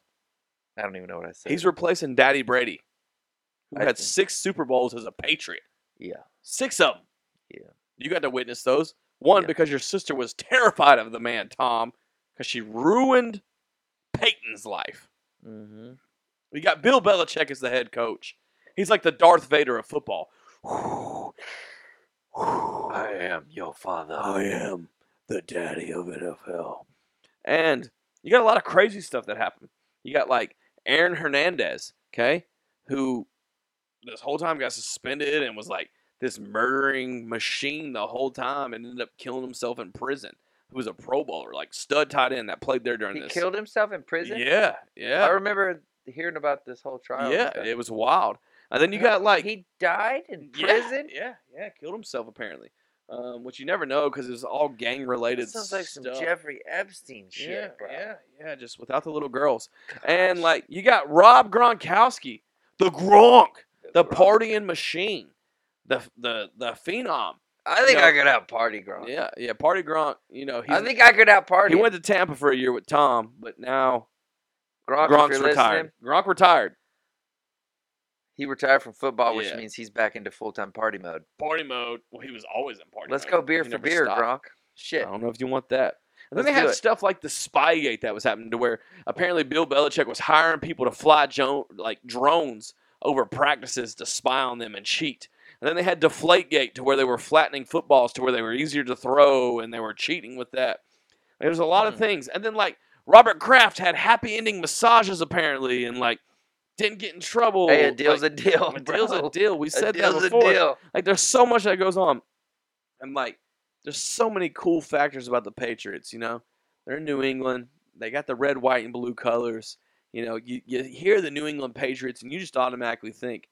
S3: I don't even know what I said.
S2: he's replacing Daddy Brady, who
S3: I
S2: had
S3: see.
S2: six Super Bowls as a Patriot.
S3: yeah.
S2: Six of them.
S3: Yeah.
S2: You got to witness those. One,
S3: Yeah.
S2: because your sister was terrified of the man, Tom, because she ruined Peyton's life.
S3: Mm-hmm.
S2: We got Bill Belichick as the head coach. He's like the Darth Vader of football. I
S3: am your father.
S2: am the daddy of NFL. And you got a lot of crazy stuff that happened. You got like Aaron Hernandez, okay, who this whole time got suspended and was like this murdering machine the whole time and ended up killing himself in prison. Who was a Pro Bowler, like stud tight end that played there during
S3: He
S2: this.
S3: killed himself in prison.
S2: Yeah,
S3: I
S2: yeah,
S3: remember hearing about this whole trial. and
S2: yeah.
S3: stuff.
S2: It was wild. And then you got like
S3: Oh, he died in
S2: Yeah,
S3: prison.
S2: Yeah, yeah, killed himself apparally. Um, which you never know because it was all gang
S3: That
S2: related.
S3: sounds like some
S2: stuff.
S3: Jeffrey Epstein shit,
S2: yeah,
S3: bro.
S2: yeah, yeah, just without the little girls. And like you got Rob Gronkowski, the Gronk, the
S3: Gronk.
S2: partying machine, the the the phenom.
S3: I think
S2: No.
S3: I could out party Gronk.
S2: Yeah, yeah, party Gronk. You know, he's,
S3: I think I could out party.
S2: he went to Tampa for a year with Tom, but now
S3: Gronk, if
S2: Gronk's
S3: you're
S2: retired.
S3: listening,
S2: Gronk retired.
S3: He retired from football, which
S2: Yeah.
S3: means he's back into full time party mode.
S2: Party mode. Well, he was always in party.
S3: Let's
S2: mode.
S3: go beer
S2: He
S3: for
S2: never
S3: beer,
S2: stopped.
S3: Gronk. Shit.
S2: I don't know if you want that. And
S3: Let's
S2: then they
S3: do
S2: had
S3: it.
S2: stuff like the Spygate that was happening, to where apparently Bill Belichick was hiring people to fly jo- like drones over practices to spy on them and cheat. And then they had Deflategate, to where they were flattening footballs to where they were easier to throw, and they were cheating with that. There was a lot
S3: Hmm.
S2: of things. And then like Robert Kraft had happy ending massages apparently, and like didn't get in trouble.
S3: Hey, a deal's
S2: like,
S3: a deal.
S2: a deal's
S3: bro.
S2: a deal. We
S3: A
S2: said
S3: deal's
S2: that
S3: a
S2: before.
S3: deal.
S2: Like there's so much that goes on. And like there's so many cool factors about the Patriots, you know? They're in New England. They got the red, white, and blue colors. You know, you, you hear the New England Patriots and you just automatically think,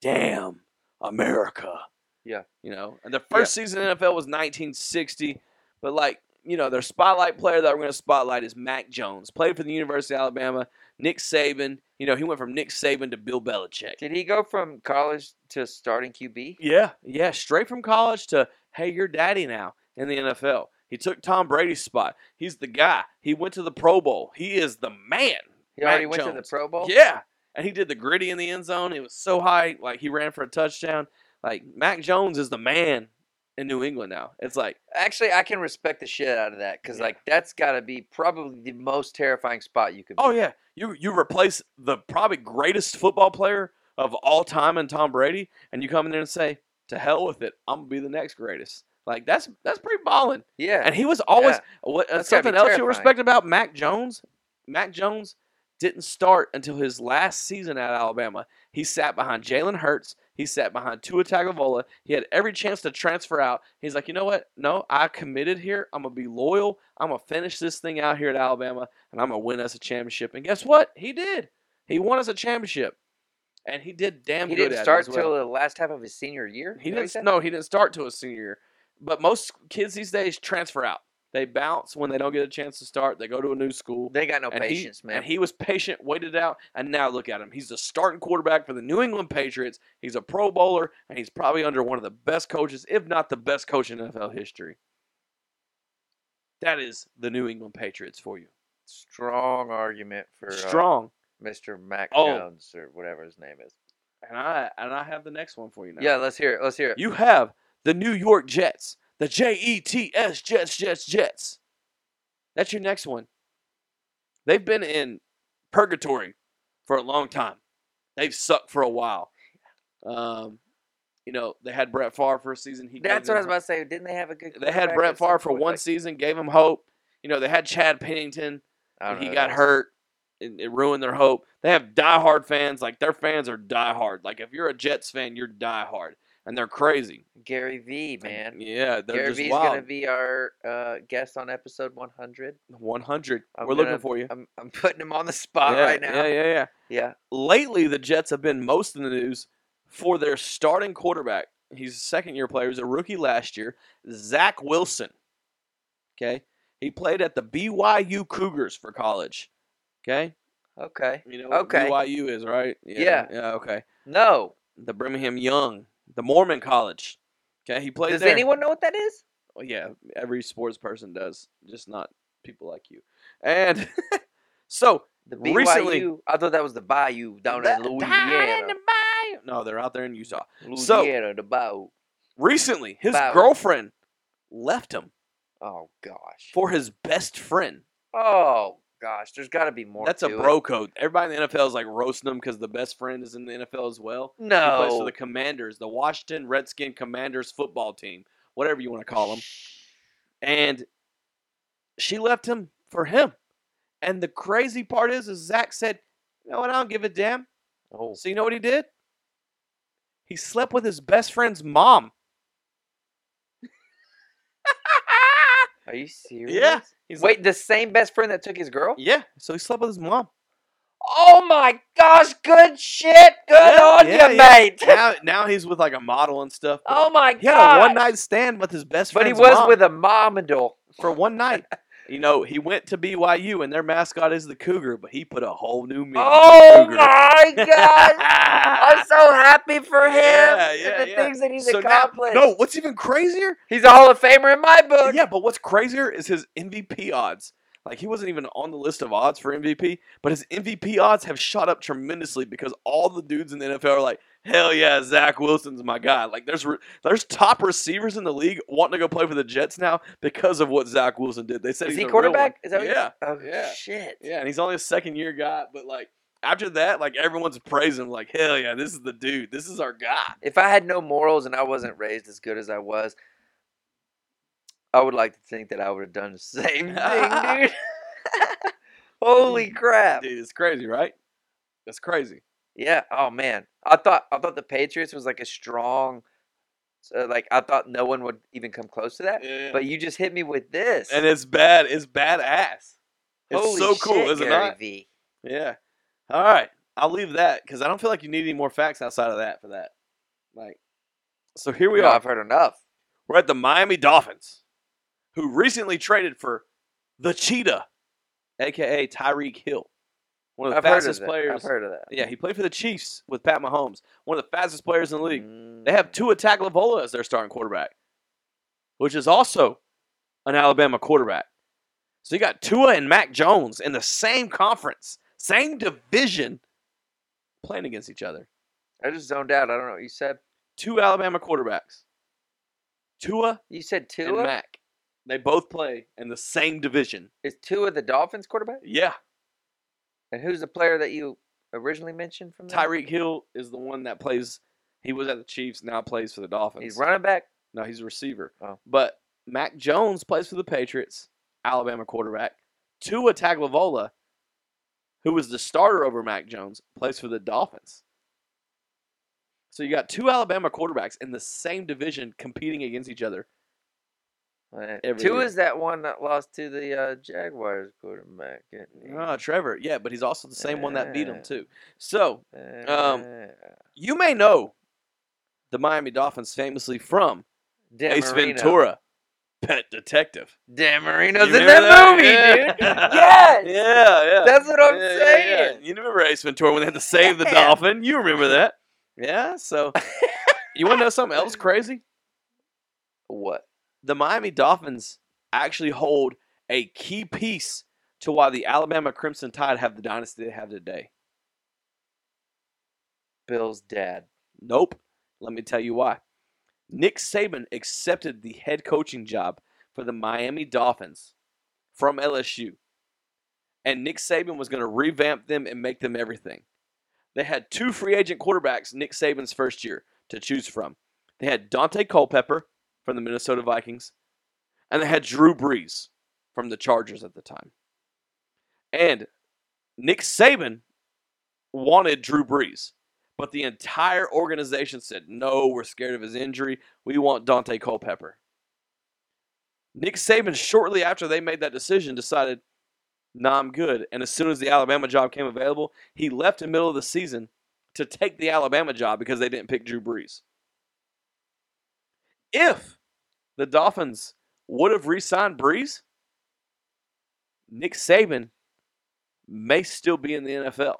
S2: damn, America.
S3: Yeah.
S2: You know, and their first season in NFL was 1960. But like, you know, their spotlight player that we're going to spotlight is Mac Jones. Played for the University of Alabama. Nick Saban You know, he went from Nick Saban to Bill Belichick.
S3: Did he go from college to starting QB?
S2: Yeah, yeah, straight from college to hey, you're daddy now in the NFL. He took Tom Brady's spot. He's the guy. He went to the Pro Bowl. He is the man.
S3: He already
S2: Mac
S3: went to the
S2: Jones.
S3: Pro Bowl.
S2: Yeah, and he did the gritty in the end zone. It was so high, like he ran for a touchdown. Like Mac Jones is the man in New England now. It's like
S3: Actually, I can respect the shit out of that because
S2: Yeah.
S3: like that's got to be probably the most terrifying spot you could. Be.
S2: Oh yeah, you you replace the probably greatest football player of all time in Tom Brady, and you come in there and say, "To hell with it, I'm gonna be the next greatest." Like that's that's pretty ballin'.
S3: yeah.
S2: And he was always
S3: Yeah.
S2: what uh,
S3: That's gotta be
S2: something else you
S3: terrifying.
S2: respect about Mac Jones. Mac Jones didn't start until his last season at Alabama. He sat behind Jalen Hurts. He sat behind Tua Tagovola. He had every chance to transfer out. He's like, you know what? No, I committed here. I'm gonna be loyal. I'm gonna finish this thing out here at Alabama, and I'm gonna win us a championship. And guess what? He did. He won us a championship, and he did damn
S3: he
S2: good.
S3: didn't
S2: at
S3: start
S2: it as well.
S3: till the last half of his senior year.
S2: He
S3: Is that what
S2: didn't.
S3: said?
S2: No, he didn't start till his senior year. But most kids these days transfer out. They bounce when they don't get a chance to start. They go to a new school.
S3: They got no
S2: and
S3: patience,
S2: he,
S3: man.
S2: And he was patient, waited it out, and now look at him. He's the starting quarterback for the New England Patriots. He's a Pro Bowler, and he's probably under one of the best coaches, if not the best coach in NFL history. That is the New England Patriots for you.
S3: Strong argument for uh,
S2: Strong.
S3: Mr. Mac
S2: Oh.
S3: Jones or whatever his name is.
S2: And I and I have the next one for you now.
S3: Yeah, let's hear it. Let's hear it.
S2: You have the New York Jets, the J E T S Jets, Jets, Jets. That's your next one. They've been in purgatory for a long time. They've sucked for a while. Um, you know, they had Brett Favre for a season. He gave
S3: That's what I was
S2: them-
S3: about to say. Didn't they have a good?
S2: They had
S3: quarterback
S2: Brett
S3: at some
S2: Favre for
S3: point?
S2: one
S3: Like,
S2: season, gave him hope. You know, they had Chad Pennington
S3: I don't
S2: and he
S3: know,
S2: got
S3: that's-
S2: hurt. And it ruined their hope. They have diehard fans. Like their fans are diehard. Like if you're a Jets fan, you're diehard, and they're crazy.
S3: Gary V,
S2: And
S3: man.
S2: Yeah, they're
S3: Gary
S2: just
S3: V's
S2: wild.
S3: gonna be our uh, guest on episode 100.
S2: 100.
S3: I'm
S2: We're
S3: gonna-
S2: looking for you.
S3: I'm, I'm putting him on the spot
S2: yeah,
S3: right now.
S2: Yeah,
S3: Yeah,
S2: yeah, yeah. Lately, the Jets have been most in the news for their starting quarterback. He's a second year player. He's a rookie last year, Zach Wilson. Okay. He played at the BYU Cougars for college. Okay.
S3: Okay.
S2: You know what
S3: Okay.
S2: BYU is, right?
S3: Yeah.
S2: Yeah, okay.
S3: No.
S2: The Birmingham Young, the Mormon College. Okay. He played
S3: Does
S2: there.
S3: anyone know what that is?
S2: Well, yeah, every sports person does, just not people like you. And so
S3: The BYU.
S2: Recently-
S3: I thought that was the Bayou down
S2: That-
S3: in
S2: down in
S3: Louisiana.
S2: the No, they're out there in Utah. So-
S3: Louisiana, the Bayou.
S2: Recently, his
S3: Wow.
S2: girlfriend left him
S3: Oh gosh.
S2: for his best friend.
S3: Oh gosh. There's got to be more.
S2: That's a
S3: to it.
S2: bro code. Everybody in the NFL is like roasting him because the best friend is in the NFL as well. He plays
S3: No.
S2: for the Commanders, the Washington Redskin Commanders football team, whatever you want to call them. And she left him for him. And the crazy part is, is Zach said, "You know what? I don't give a damn."
S3: Oh.
S2: So you know what he did? He slept with his best friend's mom.
S3: Are you serious?
S2: He's like,
S3: Wait, the same best friend that took his girl?
S2: yeah. So he slept with his mom.
S3: Oh my gosh, good shit. Good
S2: Yeah,
S3: on
S2: yeah,
S3: you,
S2: yeah.
S3: mate.
S2: now, now he's with like a model and stuff. but
S3: Oh my
S2: he had
S3: god.
S2: a one night stand with his best friend.
S3: but he was with a momandal.
S2: for one night. You know, he went to BYU and their mascot is the cougar, but he put a whole new meaning. to
S3: Oh
S2: cougar.
S3: my god. I'm so happy for him
S2: Yeah,
S3: and
S2: yeah,
S3: the
S2: yeah.
S3: things that he's
S2: So now-
S3: accomplished.
S2: no, what's even crazier?
S3: He's a Hall of Famer in my book.
S2: Yeah, but what's crazier is his MVP odds. Like he wasn't even on the list of odds for MVP, but his MVP odds have shot up tremendously because all the dudes in the NFL are like, "Hell yeah, Zach Wilson's my guy." Like there's re- there's top receivers in the league wanting to go play for the Jets now because of what Zach Wilson did. They said
S3: Is
S2: he's
S3: he
S2: the real one.
S3: quarterback? Is that what you-
S2: yeah,
S3: Oh
S2: yeah.
S3: shit.
S2: yeah, and he's only a second year guy, but like after that, like everyone's praising him, like, "Hell yeah, this is the dude. This is our guy."
S3: If I had no morals and I wasn't raised as good as I was, I would like to think that I would have done the same thing, dude. Holy crap.
S2: Dude, it's crazy, right? That's crazy.
S3: Yeah. Oh man, I thought I thought the Patriots was like a strong, so like I thought no one would even come close to that.
S2: Yeah.
S3: But you just hit me with this.
S2: and it's bad. It's badass. It's
S3: Holy
S2: so cool,
S3: shit,
S2: is it
S3: Gary
S2: not?
S3: V.
S2: Yeah. All right. I'll leave that because I don't feel like you need any more facts outside of that for that. Like, so here we
S3: No,
S2: are.
S3: I've heard enough.
S2: We're at the Miami Dolphins, who recently traded for the Cheetah, aka Tyreek Hill. One of
S3: I've
S2: the
S3: heard of
S2: fastest
S3: that. I've
S2: players.
S3: heard of that.
S2: Yeah, he played for the Chiefs with Pat Mahomes. One of the fastest players in the league. They
S3: Mm.
S2: have Tua Tagovailoa as their starting quarterback, which is also an Alabama quarterback. So you got Tua and Mac Jones in the same conference, same division, playing against each other.
S3: I just zoned out. I don't know what you said.
S2: Two Alabama quarterbacks, Tua
S3: You said
S2: and
S3: Tua?
S2: Mac. They both play in the same division.
S3: Is Tua the Dolphins quarterback?
S2: Yeah,
S3: And who's the player that you originally mentioned from there?
S2: Tyreek Hill is the one that plays. He was at the Chiefs, now plays for the Dolphins.
S3: He's running back.
S2: No, he's a receiver.
S3: Oh.
S2: But Mac Jones plays for the Patriots, Alabama quarterback. Tua Taglavola, who was the starter over Mac Jones, plays for the Dolphins. So you got two Alabama quarterbacks in the same division competing against each other.
S3: Uh,
S2: Every
S3: Two
S2: year.
S3: is that one that lost to the uh, Jaguars quarterback. isn't he?
S2: Ah, Trevor, yeah, but he's also the same one that beat him
S3: Yeah.
S2: too. So um,
S3: Uh,
S2: you may know the Miami Dolphins famously from
S3: Dan
S2: Ace
S3: Marino.
S2: Ventura, Pet Detective.
S3: Dan Marino's
S2: You
S3: in
S2: remember
S3: that movie, dude.
S2: yeah.
S3: Yes!
S2: Yeah, yeah.
S3: That's what I'm
S2: Yeah, yeah, yeah.
S3: saying.
S2: You remember Ace Ventura when they had to save the
S3: Yeah.
S2: dolphin? You remember that? Yeah. So, you want to know something else crazy?
S3: What?
S2: The Miami Dolphins actually hold a key piece to why the Alabama Crimson Tide have the dynasty they have today.
S3: Bill's dad.
S2: Nope. Let me tell you why. Nick Saban accepted the head coaching job for the Miami Dolphins from LSU. And Nick Saban was going to revamp them and make them everything. They had two free agent quarterbacks Nick Saban's first year to choose from. They had Dante Culpepper from the Minnesota Vikings, and they had Drew Brees from the Chargers at the time. And Nick Saban wanted Drew Brees. But the entire organization said, no, we're scared of his injury. We want Dante Culpepper. Nick Saban, shortly after they made that decision, decided, nah, I'm good. And as soon as the Alabama job came available, he left in the middle of the season to take the Alabama job because they didn't pick Drew Brees. If the Dolphins would have re signed Brees, Nick Saban may still be in the NFL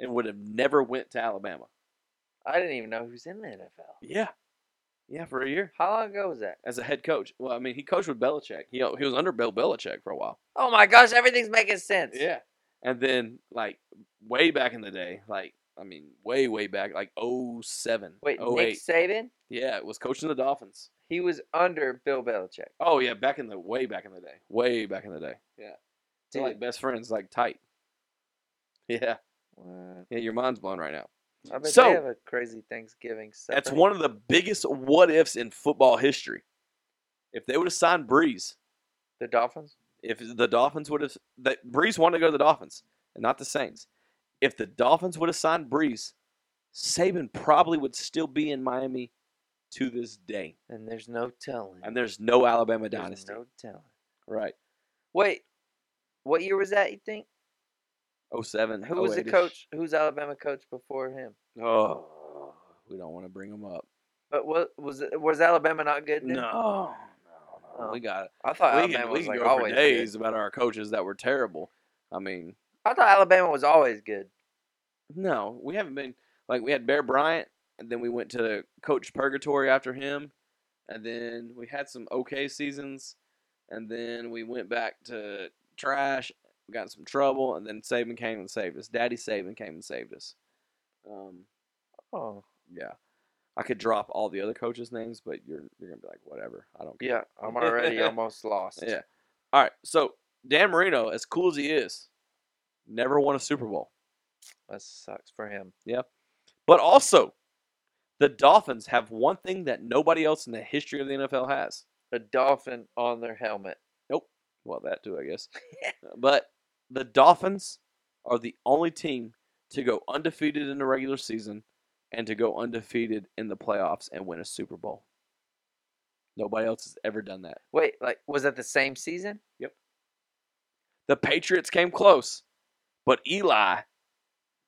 S2: and would have never went to Alabama.
S3: I didn't even know who's in the NFL.
S2: Yeah, yeah, for a year
S3: How long ago was that?
S2: as a head coach. Well, I mean, he coached with Belichick. He he was under Bill Belichick for a while.
S3: Oh my gosh, everything's making sense.
S2: and then like way back in the day, like I mean, way way back, like 07,
S3: Wait,
S2: 08.
S3: Nick Saban?
S2: Yeah, was coaching the Dolphins.
S3: He was under Bill Belichick.
S2: Oh yeah, back in the way back in the day, way back in the day. Yeah, They're like
S3: Dude.
S2: best friends, like tight. Yeah,
S3: What?
S2: yeah, your mind's blown right now.
S3: I bet
S2: So-
S3: they have a crazy Thanksgiving.
S2: That's
S3: separate.
S2: one of the biggest what ifs in football history. If they would have signed Breeze,
S3: The Dolphins.
S2: if the Dolphins would have that Breeze wanted to go to the Dolphins and not the Saints. If the Dolphins would have signed Breeze, Saban probably would still be in Miami to this day.
S3: And there's no telling.
S2: And there's no Alabama
S3: There's
S2: dynasty.
S3: no telling.
S2: Right.
S3: Wait, what year was that? You think?
S2: 07.
S3: Who was the
S2: 08 -ish.
S3: coach? Who was Alabama coach before him?
S2: Oh, we don't want to bring him up.
S3: But what was it, was Alabama not good? then?
S2: No. No, no.
S3: Oh.
S2: We got it.
S3: I thought
S2: we
S3: Alabama
S2: can, we
S3: was
S2: can
S3: like
S2: go for
S3: always
S2: days
S3: good.
S2: about our coaches that were terrible. I mean,
S3: I thought Alabama was always good.
S2: No, we haven't been like we had Bear Bryant, and then we went to Coach Purgatory after him, and then we had some okay seasons, and then we went back to trash, got in some trouble, and then Saban came and saved us. Daddy Saban came and saved us. Um,
S3: Oh
S2: yeah, I could drop all the other coaches' names, but you're you're gonna be like whatever. I don't care.
S3: yeah, I'm already almost lost.
S2: Yeah. All right, so Dan Marino, as cool as he is, never won a Super Bowl.
S3: that sucks for him.
S2: But also, the Dolphins have one thing that nobody else in the history of the NFL has.
S3: A dolphin on their helmet.
S2: Well, that too, I guess. but the Dolphins are the only team to go undefeated in the regular season and to go undefeated in the playoffs and win a Super Bowl. Nobody else has ever done that.
S3: Wait, like was that the same season?
S2: The Patriots came close, but Eli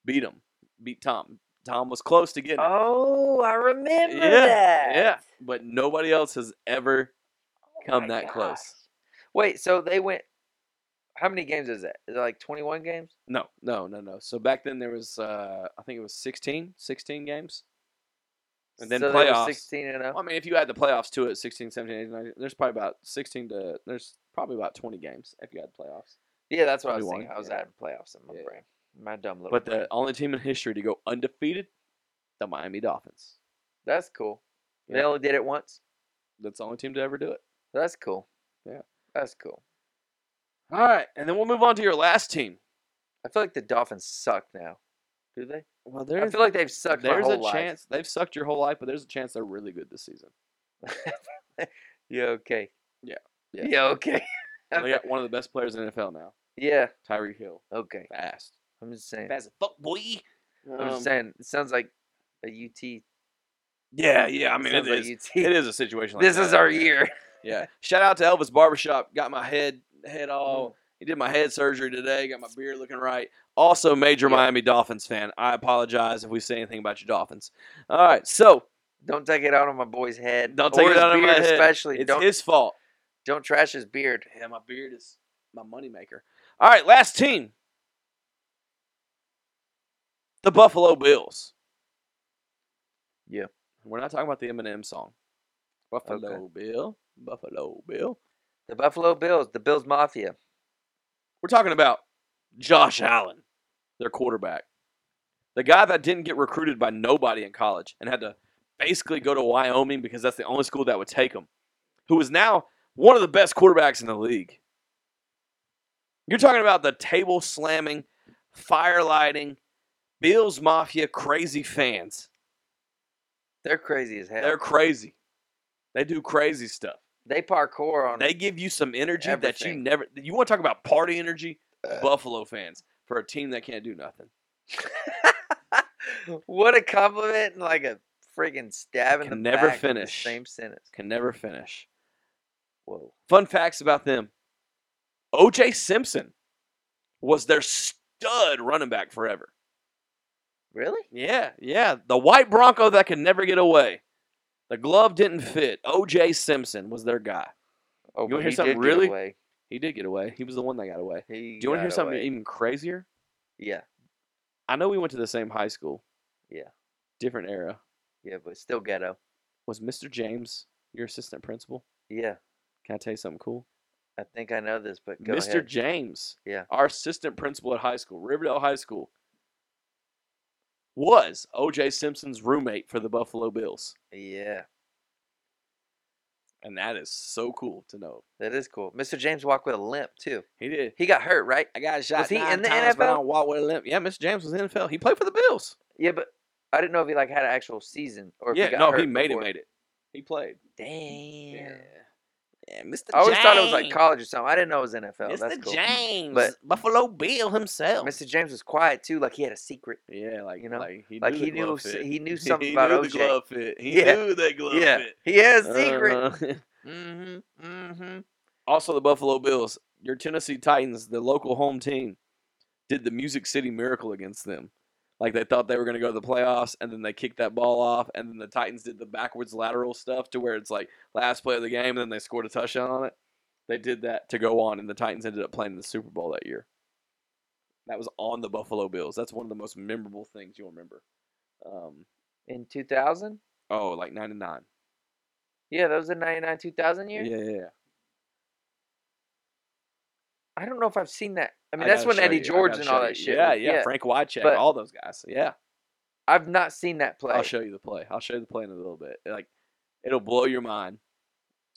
S2: beat them, beat Tom. Tom was close to getting it.
S3: Oh, I remember
S2: yeah, yeah, but nobody else has ever
S3: Oh
S2: come
S3: my
S2: that
S3: gosh.
S2: close.
S3: Wait, so they went How many games is that? Is it like 21 games?
S2: No, no, no, no. So back then there was, uh, I think it was 16, 16 games. And then
S3: So they were
S2: playoffs.
S3: 16 and 0.
S2: Well, I mean, if you add the playoffs to it, 16, 17, 18, 19, there's probably about 16 to, there's probably about 20 games if you add playoffs.
S3: Yeah, that's what I was
S2: 21,
S3: thinking. I was
S2: yeah.
S3: adding playoffs in my
S2: Yeah.
S3: brain. My dumb little.
S2: But
S3: brain.
S2: the only team in history to go undefeated, the Miami Dolphins.
S3: that's cool. They
S2: Yeah.
S3: only did it once.
S2: That's the only team to ever do it.
S3: That's cool.
S2: Yeah.
S3: that's cool.
S2: All right, and then we'll move on to your last team.
S3: I feel like the Dolphins suck now. Do they?
S2: Well,
S3: I feel like they've sucked my
S2: there's
S3: whole
S2: a
S3: life.
S2: chance they've sucked your whole life, but there's a chance they're really good this season.
S3: you okay?
S2: Yeah.
S3: Yeah.
S2: Yeah.
S3: okay.
S2: And they got one of the best players in the NFL now,
S3: yeah.
S2: Tyreek Hill.
S3: Okay.
S2: Fast,
S3: I'm just saying.
S2: fast as fuck, boy.
S3: I'm
S2: Um,
S3: just saying. It sounds like a UT.
S2: yeah, yeah. I mean, it
S3: sounds
S2: is.
S3: like uh, UT.
S2: It is a situation. Like
S3: This
S2: is
S3: is our year.
S2: Yeah. Shout out to Elvis Barbershop. Got my head head
S3: oh,
S2: all. He did my head surgery today. Got my beard looking right. Also, major
S3: Yeah.
S2: Miami Dolphins fan. I apologize if we say anything about your Dolphins. All right, so
S3: Don't take it out on my boy's head.
S2: Don't take
S3: or
S2: it
S3: his
S2: out on my
S3: beard
S2: head.
S3: Especially
S2: it's
S3: don't
S2: his fault.
S3: don't trash his beard.
S2: Yeah, my beard is my moneymaker. All right, last team. The Buffalo Bills.
S3: Yeah.
S2: We're not talking about the Eminem song. Buffalo Bill. Buffalo Bill.
S3: The Buffalo Bills. The Bills Mafia.
S2: We're talking about Josh Allen, their quarterback. The guy that didn't get recruited by nobody in college and had to basically go to Wyoming because that's the only school that would take him, who is now one of the best quarterbacks in the league. You're talking about the table slamming, fire lighting, Bills Mafia crazy fans.
S3: They're crazy as hell.
S2: They're crazy. They do crazy stuff.
S3: they parkour on
S2: They give you some energy that you
S3: Everything.
S2: never. You want to talk about party energy?
S3: Uh.
S2: Buffalo fans for a team that can't do nothing.
S3: what a compliment and like a friggin' stab in
S2: Can
S3: the
S2: never
S3: back in the
S2: finish.
S3: same sentence.
S2: Can never finish.
S3: Whoa.
S2: Fun facts about them OJ Simpson was their stud running back forever.
S3: Really?
S2: Yeah, yeah. The white Bronco that could never get away. The glove didn't fit. OJ Simpson was their guy.
S3: Oh,
S2: wanna
S3: but
S2: hear
S3: he
S2: something
S3: did get
S2: really-
S3: away.
S2: He did get away. He was the one that got away.
S3: He
S2: Do you want to hear
S3: got
S2: something e
S3: away.
S2: even crazier?
S3: Yeah,
S2: I know we went to the same high school.
S3: Yeah.
S2: Different era.
S3: yeah, but still ghetto.
S2: Was Mr. James your assistant principal?
S3: Yeah,
S2: Can I tell you something cool?
S3: I think I know this, but go
S2: Mr.
S3: ahead.
S2: James,
S3: Yeah.
S2: our assistant principal at high school, Riverdale High School, was O.J. Simpson's roommate for the Buffalo Bills,
S3: yeah,
S2: and that is so cool to know.
S3: that is cool. Mr. James walked with a limp too.
S2: He did.
S3: He got hurt, right?
S2: I got shot
S3: Was he
S2: nine
S3: in the
S2: times, but I
S3: NFL?
S2: don't walk with a limp. Yeah, Mr. James was in the NFL. He played for the Bills.
S3: Yeah, but I didn't know if he like had an actual season or if
S2: yeah,
S3: he got
S2: no,
S3: hurt
S2: he made
S3: before.
S2: it. Made it. He played.
S3: Damn.
S2: yeah Mr.
S3: I always thought it was like college or something. I didn't know it was NFL. That's cool.
S2: James,
S3: But-
S2: Buffalo Bill himself.
S3: Mr. James was quiet too, like he had a secret.
S2: Yeah, like
S3: You know?
S2: like he
S3: Like
S2: knew the
S3: he knew
S2: glove
S3: s-
S2: fit.
S3: he knew something about
S2: knew
S3: OJ.
S2: The glove fit. He
S3: Yeah.
S2: knew that glove
S3: yeah,
S2: fit.
S3: he had a secret.
S2: Uh,
S3: mm-hmm. Mm-hmm.
S2: also, the Buffalo Bills, your Tennessee Titans, the local home team, did the Music City Miracle against them. Like they thought they were going to go to the playoffs, and then they kicked that ball off, and then the Titans did the backwards lateral stuff to where it's like last play of the game, and then they scored a touchdown on it. They did that to go on, and the Titans ended up playing in the Super Bowl that year. That was on the Buffalo Bills. That's one of the most memorable things you'll remember. Um,
S3: In 2000?
S2: oh, like '99.
S3: Yeah, that was the 99 2000
S2: Yeah,
S3: year.
S2: yeah, yeah.
S3: I don't know if I've seen that. I mean,
S2: I
S3: that's
S2: gotta
S3: when
S2: show
S3: Eddie
S2: you. I
S3: George
S2: gotta
S3: and all
S2: show
S3: that
S2: you.
S3: shit.
S2: Yeah,
S3: was-
S2: yeah, Frank Wycheck,
S3: But-
S2: all those guys. Yeah,
S3: I've not seen that play.
S2: I'll show you the play. I'll show you the play in a little bit. Like, it'll blow your mind.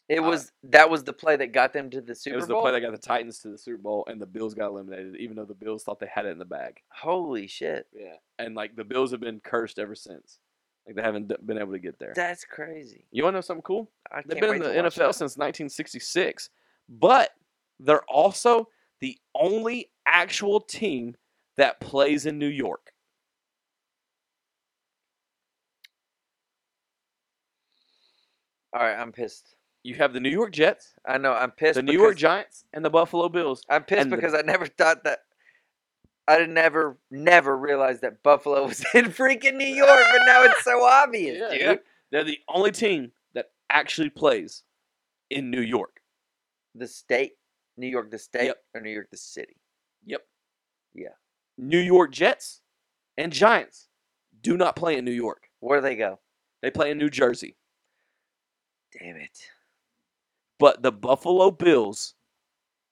S3: It
S2: uh,
S3: was that was the play that got them to the Super
S2: it was
S3: Bowl.
S2: the play that got the Titans to the Super Bowl, and the Bills got eliminated, even though the Bills thought they had it in the bag.
S3: Holy shit,
S2: Yeah, and like the Bills have been cursed ever since. Like they haven't d- been able to get there.
S3: that's crazy.
S2: you want to know something cool?
S3: I can't
S2: They've been
S3: wait
S2: in the
S3: to watch
S2: NFL
S3: that.
S2: since 1966, but they're also the only actual team that plays in New York.
S3: All right, I'm pissed.
S2: You have the New York Jets,
S3: I know I'm pissed.
S2: the New York
S3: because-
S2: Giants, and the Buffalo Bills.
S3: I'm pissed
S2: and the-
S3: because I never thought that. I didn't ever, never realize that Buffalo was in freaking New York, but now it's so obvious,
S2: Yeah,
S3: dude.
S2: dude. They're the only team that actually plays in New York.
S3: The state, New York the state
S2: Yep.
S3: or New York the city.
S2: New York Jets and Giants do not play in New York.
S3: Where do they go?
S2: They play in New Jersey.
S3: Damn it.
S2: But the Buffalo Bills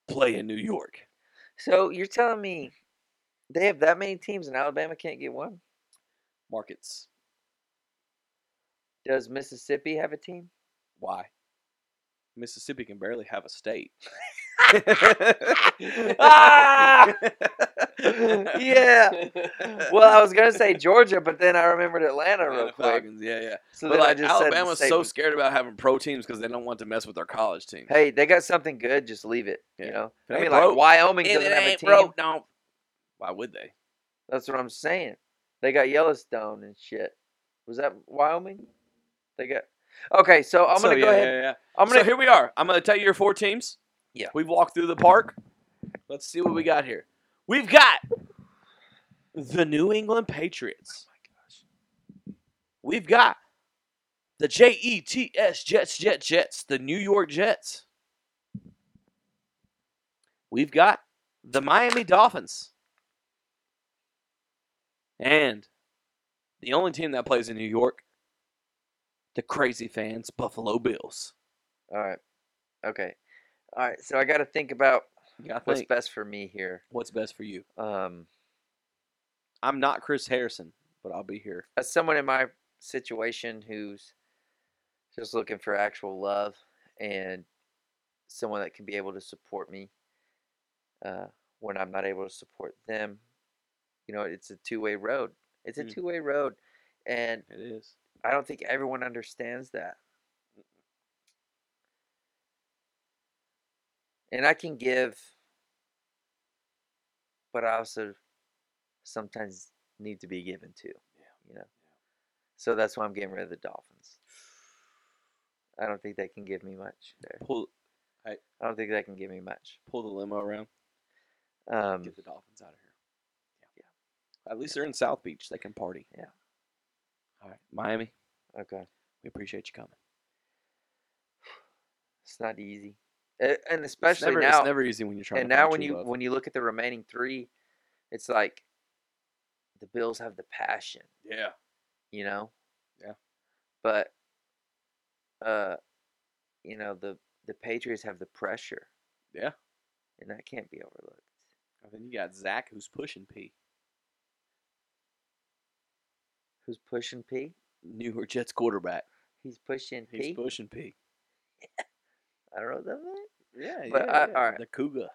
S2: play in New York.
S3: So you're telling me they have that many teams and Alabama can't get one?
S2: Markets.
S3: Does Mississippi have a team?
S2: Why? Mississippi can barely have a state.
S3: Ah! yeah. Well, I was gonna say Georgia, but then I remembered Atlanta real
S2: Atlanta
S3: quick.
S2: Falcons, yeah, yeah.
S3: So
S2: but
S3: then I
S2: like
S3: just said the
S2: Alabama's so
S3: statement.
S2: scared about having pro teams because they don't want to mess with their college team.
S3: Hey, they got something good. Just leave it.
S2: Yeah.
S3: You know,
S2: It
S3: I
S2: ain't
S3: mean,
S2: broke.
S3: like Wyoming
S2: If
S3: doesn't
S2: it
S3: have a
S2: ain't
S3: team.
S2: broke, don't. Why would they?
S3: That's what I'm saying. They got Yellowstone and shit. Was that Wyoming? They got. Okay, so I'm
S2: So,
S3: gonna go
S2: yeah,
S3: ahead.
S2: yeah, yeah.
S3: I'm gonna.
S2: so here we are. I'm gonna tell you your four teams.
S3: Yeah.
S2: We've walked through the park. Let's see what we got here. We've got the New England Patriots.
S3: Oh
S2: We've got the J E T S Jets, Jets, Jets, the New York Jets. We've got the Miami Dolphins. And the only team that plays in New York, the crazy fans, Buffalo Bills.
S3: All right. Okay. All right. So I got to think about
S2: You gotta
S3: what's
S2: think.
S3: best for me here.
S2: what's best for you.
S3: Um,
S2: I'm not Chris Harrison, but I'll be here.
S3: as someone in my situation who's just looking for actual love and someone that can be able to support me uh, when I'm not able to support them, you know, it's a two way road. It's a
S2: Mm.
S3: two way road. And
S2: It is.
S3: I don't think everyone understands that. And I can give, but I also sometimes need to be given to. You know. So that's why I'm getting rid of the Dolphins. I don't think they can give me much there.
S2: Pull
S3: I don't think they can give me much.
S2: pull the limo around.
S3: Um,
S2: Get the Dolphins out of here. Yeah. At least they're in South Beach. They can party.
S3: Yeah.
S2: All right, Miami.
S3: okay.
S2: We appreciate you coming.
S3: It's not easy, A- and especially
S2: it's never,
S3: now.
S2: it's never easy when you're trying.
S3: and
S2: to
S3: now
S2: find
S3: when
S2: true
S3: you
S2: love.
S3: when you look at the remaining three, it's like the Bills have the passion,
S2: yeah,
S3: you know.
S2: Yeah.
S3: But uh, you know the the Patriots have the pressure.
S2: Yeah.
S3: And that can't be overlooked.
S2: and then you got Zach who's pushing P.
S3: Who's pushing P?
S2: New York Jets quarterback.
S3: He's pushing
S2: He's
S3: P.
S2: pushing P.
S3: I don't know that.
S2: Yeah,
S3: But
S2: yeah,
S3: I-
S2: yeah.
S3: all right.
S2: The cougar.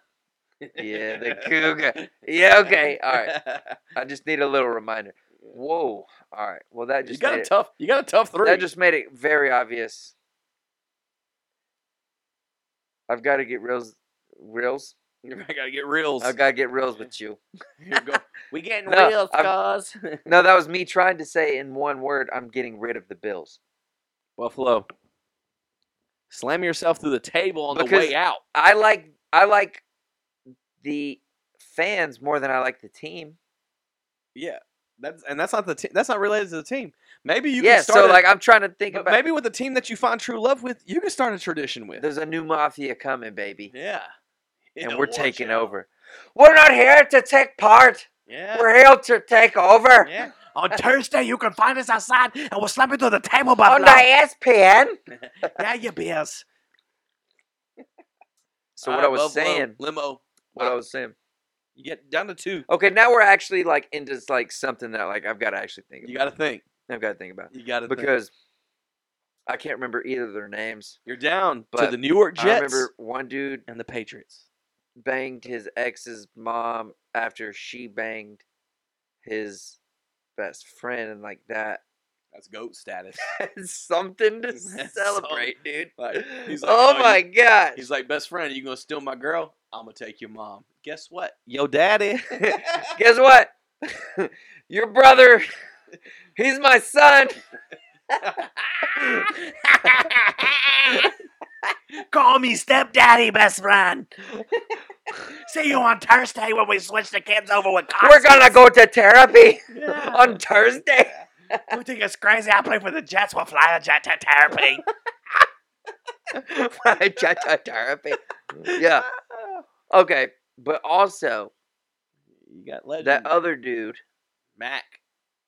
S3: Yeah, the cougar. Yeah, okay, all right. I just need a little reminder. Whoa. All right. Well, that
S2: you
S3: just
S2: got
S3: made
S2: a
S3: it-
S2: tough. You got a tough three.
S3: That just made it very obvious. I've got to get reels, reels.
S2: I gotta get reels.
S3: I've got to get reels with you.
S2: Here we go. We getting
S3: No,
S2: reels,
S3: I'm-
S2: cuz.
S3: No, that was me trying to say in one word. I'm getting rid of the Bills.
S2: Buffalo. Slam yourself through the table on the
S3: Because-
S2: way out.
S3: I like I like the fans more than I like the team.
S2: Yeah, that's and that's not the te- that's not related to the team. Maybe you
S3: yeah.
S2: can start
S3: So
S2: a-
S3: like I'm trying to think
S2: but
S3: about.
S2: maybe with the team that you find true love with, you can start a tradition with.
S3: there's a new mafia coming, baby,
S2: Yeah, Yeah,
S3: and we're
S2: watch
S3: taking
S2: out.
S3: over. We're not here to take part.
S2: Yeah.
S3: We're here to take over
S2: yeah. On Thursday, you can find us outside, and we'll slam you through the table,
S3: on the E ESPN.
S2: yeah, you beers.
S3: So what I was saying,
S2: limo.
S3: what I was saying.
S2: You get down to two.
S3: Okay, now we're actually like into s- like something that like I've got to actually think.
S2: You
S3: About.
S2: got to think.
S3: I've got to think about
S2: You got to think.
S3: because I can't remember either of their names.
S2: You're down to
S3: But
S2: the New York Jets
S3: I remember one dude
S2: and the Patriots.
S3: banged his ex's mom after she banged his best friend and like that.
S2: That's goat status.
S3: something to
S2: Some-
S3: celebrate, dude.
S2: like, he's like,
S3: oh
S2: "Oh,
S3: my
S2: you-
S3: gosh.
S2: He's like, best friend, you gonna steal my girl? I'm gonna take your mom. Guess what? Yo, daddy.
S3: Guess what? Your brother, he's my son.
S1: Call me stepdaddy, best friend. See you on Thursday when we switch the kids over with
S3: We're gonna go to therapy
S1: Yeah.
S3: on Thursday.
S1: You think it's crazy? I play for the Jets. We'll fly a jet to therapy.
S3: Jet to therapy. mm, Yeah. Okay, but also
S2: You got legend.
S3: that other dude,
S2: Mac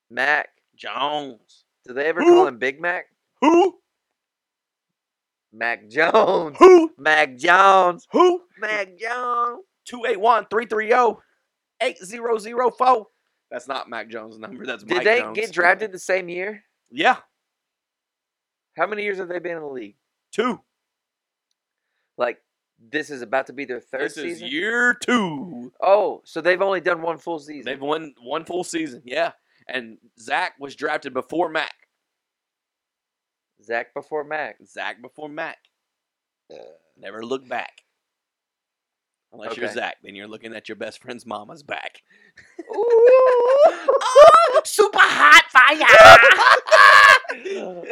S3: Mac.
S2: Jones.
S3: Do they ever
S2: Who?
S3: call him Big Mac?
S2: Who?
S3: Mac Jones.
S2: Who?
S3: Mac Jones.
S2: Who?
S3: Mac Jones.
S2: 281 330 8004. That's not Mac Jones' number. That's
S3: Did
S2: Mike
S3: they
S2: Jones.
S3: get drafted the same year?
S2: Yeah,
S3: How many years have they been in the league?
S2: two.
S3: Like this is about to be their third
S2: This is
S3: season.
S2: year two.
S3: oh, so they've only done one full season.
S2: They've won one full season. Yeah. And Zach was drafted before Mac.
S3: Zach before Mac.
S2: Zach before Mac.
S3: Uh.
S2: Never look back. Unless you're
S3: Okay.
S2: Zach, then you're looking at your best friend's mama's back.
S5: super hot fire.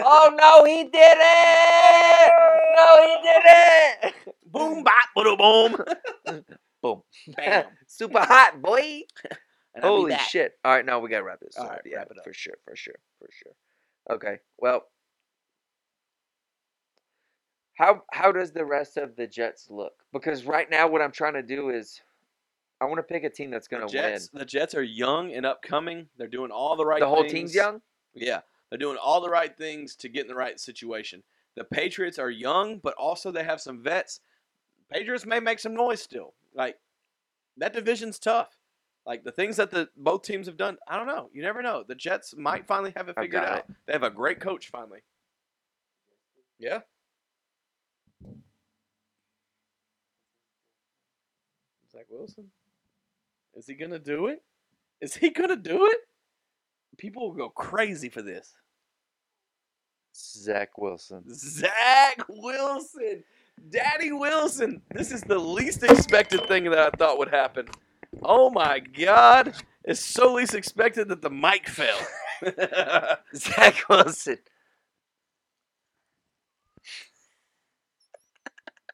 S3: oh no, he did it! No, he did it!
S2: boom, bop, boom, boom. boom. Bam.
S3: Super hot, boy!
S2: And I mean
S3: Holy
S2: that.
S3: shit! All right, no, we gotta wrap this
S2: All
S3: up.
S2: right,
S3: yeah,
S2: wrap it up.
S3: for sure, for sure, for sure. Okay, well, how how does the rest of the Jets look? Because right now, what I'm trying to do is, I want to pick a team that's gonna
S2: The Jets, the Jets are young and upcoming. They're doing all the right
S3: win. The whole
S2: things.
S3: team's young.
S2: Yeah, they're doing all the right things to get in the right situation. The Patriots are young, but also they have some vets. Patriots may make some noise still. Like that division's tough. Like the things that the both teams have done, I don't know. You never know. The Jets might finally have it
S3: I've
S2: figured
S3: got
S2: out. They have a great coach finally. Yeah. Zach Wilson. Is he gonna do it? Is he gonna do it? People will go crazy for this.
S3: Zach Wilson.
S2: Zach Wilson, Daddy Wilson. This is the least expected thing that I thought would happen. Oh my God! It's so least expected that the mic fell.
S3: Zach Wilson.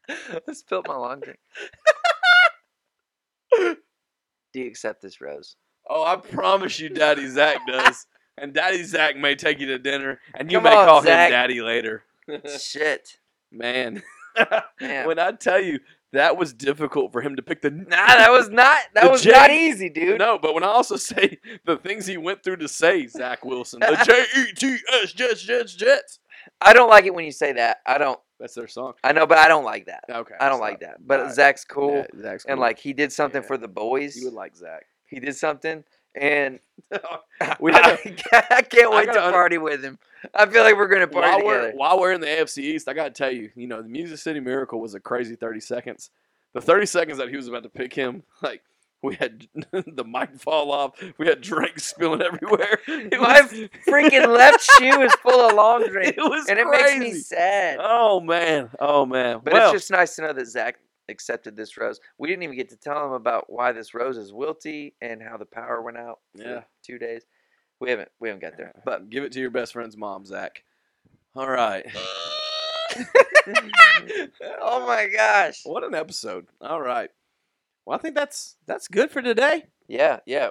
S3: I spilled my long drink. Do you accept this rose?
S2: oh, I promise you, Daddy Zach does. And Daddy Zach may take you to dinner, and you
S3: Come
S2: may
S3: on,
S2: call
S3: Zach.
S2: him Daddy later.
S3: Shit.
S2: Man,
S3: Man.
S2: when I tell you that was difficult for him to pick the
S3: Nah, Ah, that was not that
S2: The
S3: was not
S2: J-
S3: easy, dude.
S2: No, but when I also say the things he went through to say Zach Wilson, the J E T S Jets Jets Jets.
S3: I don't like it when you say that. I don't.
S2: That's their song.
S3: I know, but I don't like that.
S2: Okay,
S3: I don't
S2: stop.
S3: like that. But
S2: Alright.
S3: Zach's cool,
S2: Yeah, Zach's
S3: and
S2: cool.
S3: like he did something
S2: Yeah.
S3: for the boys.
S2: you would like Zach.
S3: he did something, and
S2: We
S3: I,
S2: had
S3: I can't wait
S2: gotta
S3: to
S2: un-
S3: party with him. I feel like we're gonna party
S2: while
S3: together.
S2: we're while we're in the AFC East, I gotta tell you, you know, the Music City Miracle was a crazy thirty seconds. The thirty seconds that he was about to pick him, like we had the mic fall off, we had drinks spilling everywhere. It
S3: My
S2: was,
S3: Freaking left shoe is full of long drink,
S2: it was
S3: and it
S2: crazy.
S3: makes me sad.
S2: Oh man, oh man.
S3: But
S2: well,
S3: it's just nice to know that Zach accepted this rose. We didn't even get to tell him about why this rose is wilty and how the power went out for
S2: Yeah.
S3: two days. We haven't we haven't got there. But
S2: give it to your best friend's mom, Zach. All right.
S3: oh my gosh.
S2: What an episode. All right. Well, I think that's that's good for today.
S3: Yeah, yeah.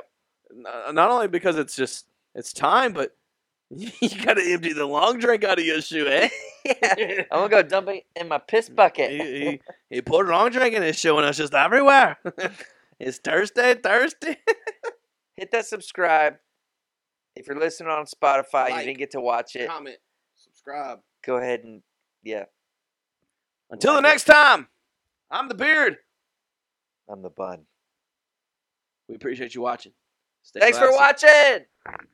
S2: N- Not only because it's just it's time, but you gotta empty the long drink out of your shoe, eh?
S3: I'm gonna go dump it in my
S2: Mm,
S3: piss bucket.
S2: he, he, he poured long drink in his shoe and it's just everywhere. it's Thursday, Thursday.
S3: Hit that subscribe. If you're listening on Spotify and you
S2: Like,
S3: didn't get to watch it,
S2: Comment, subscribe.
S3: go ahead and yeah.
S2: Until the
S3: Like it.
S2: next time, I'm the beard.
S3: I'm the bun.
S2: We appreciate you watching. Stay
S3: Thanks for
S2: classy.
S3: watching.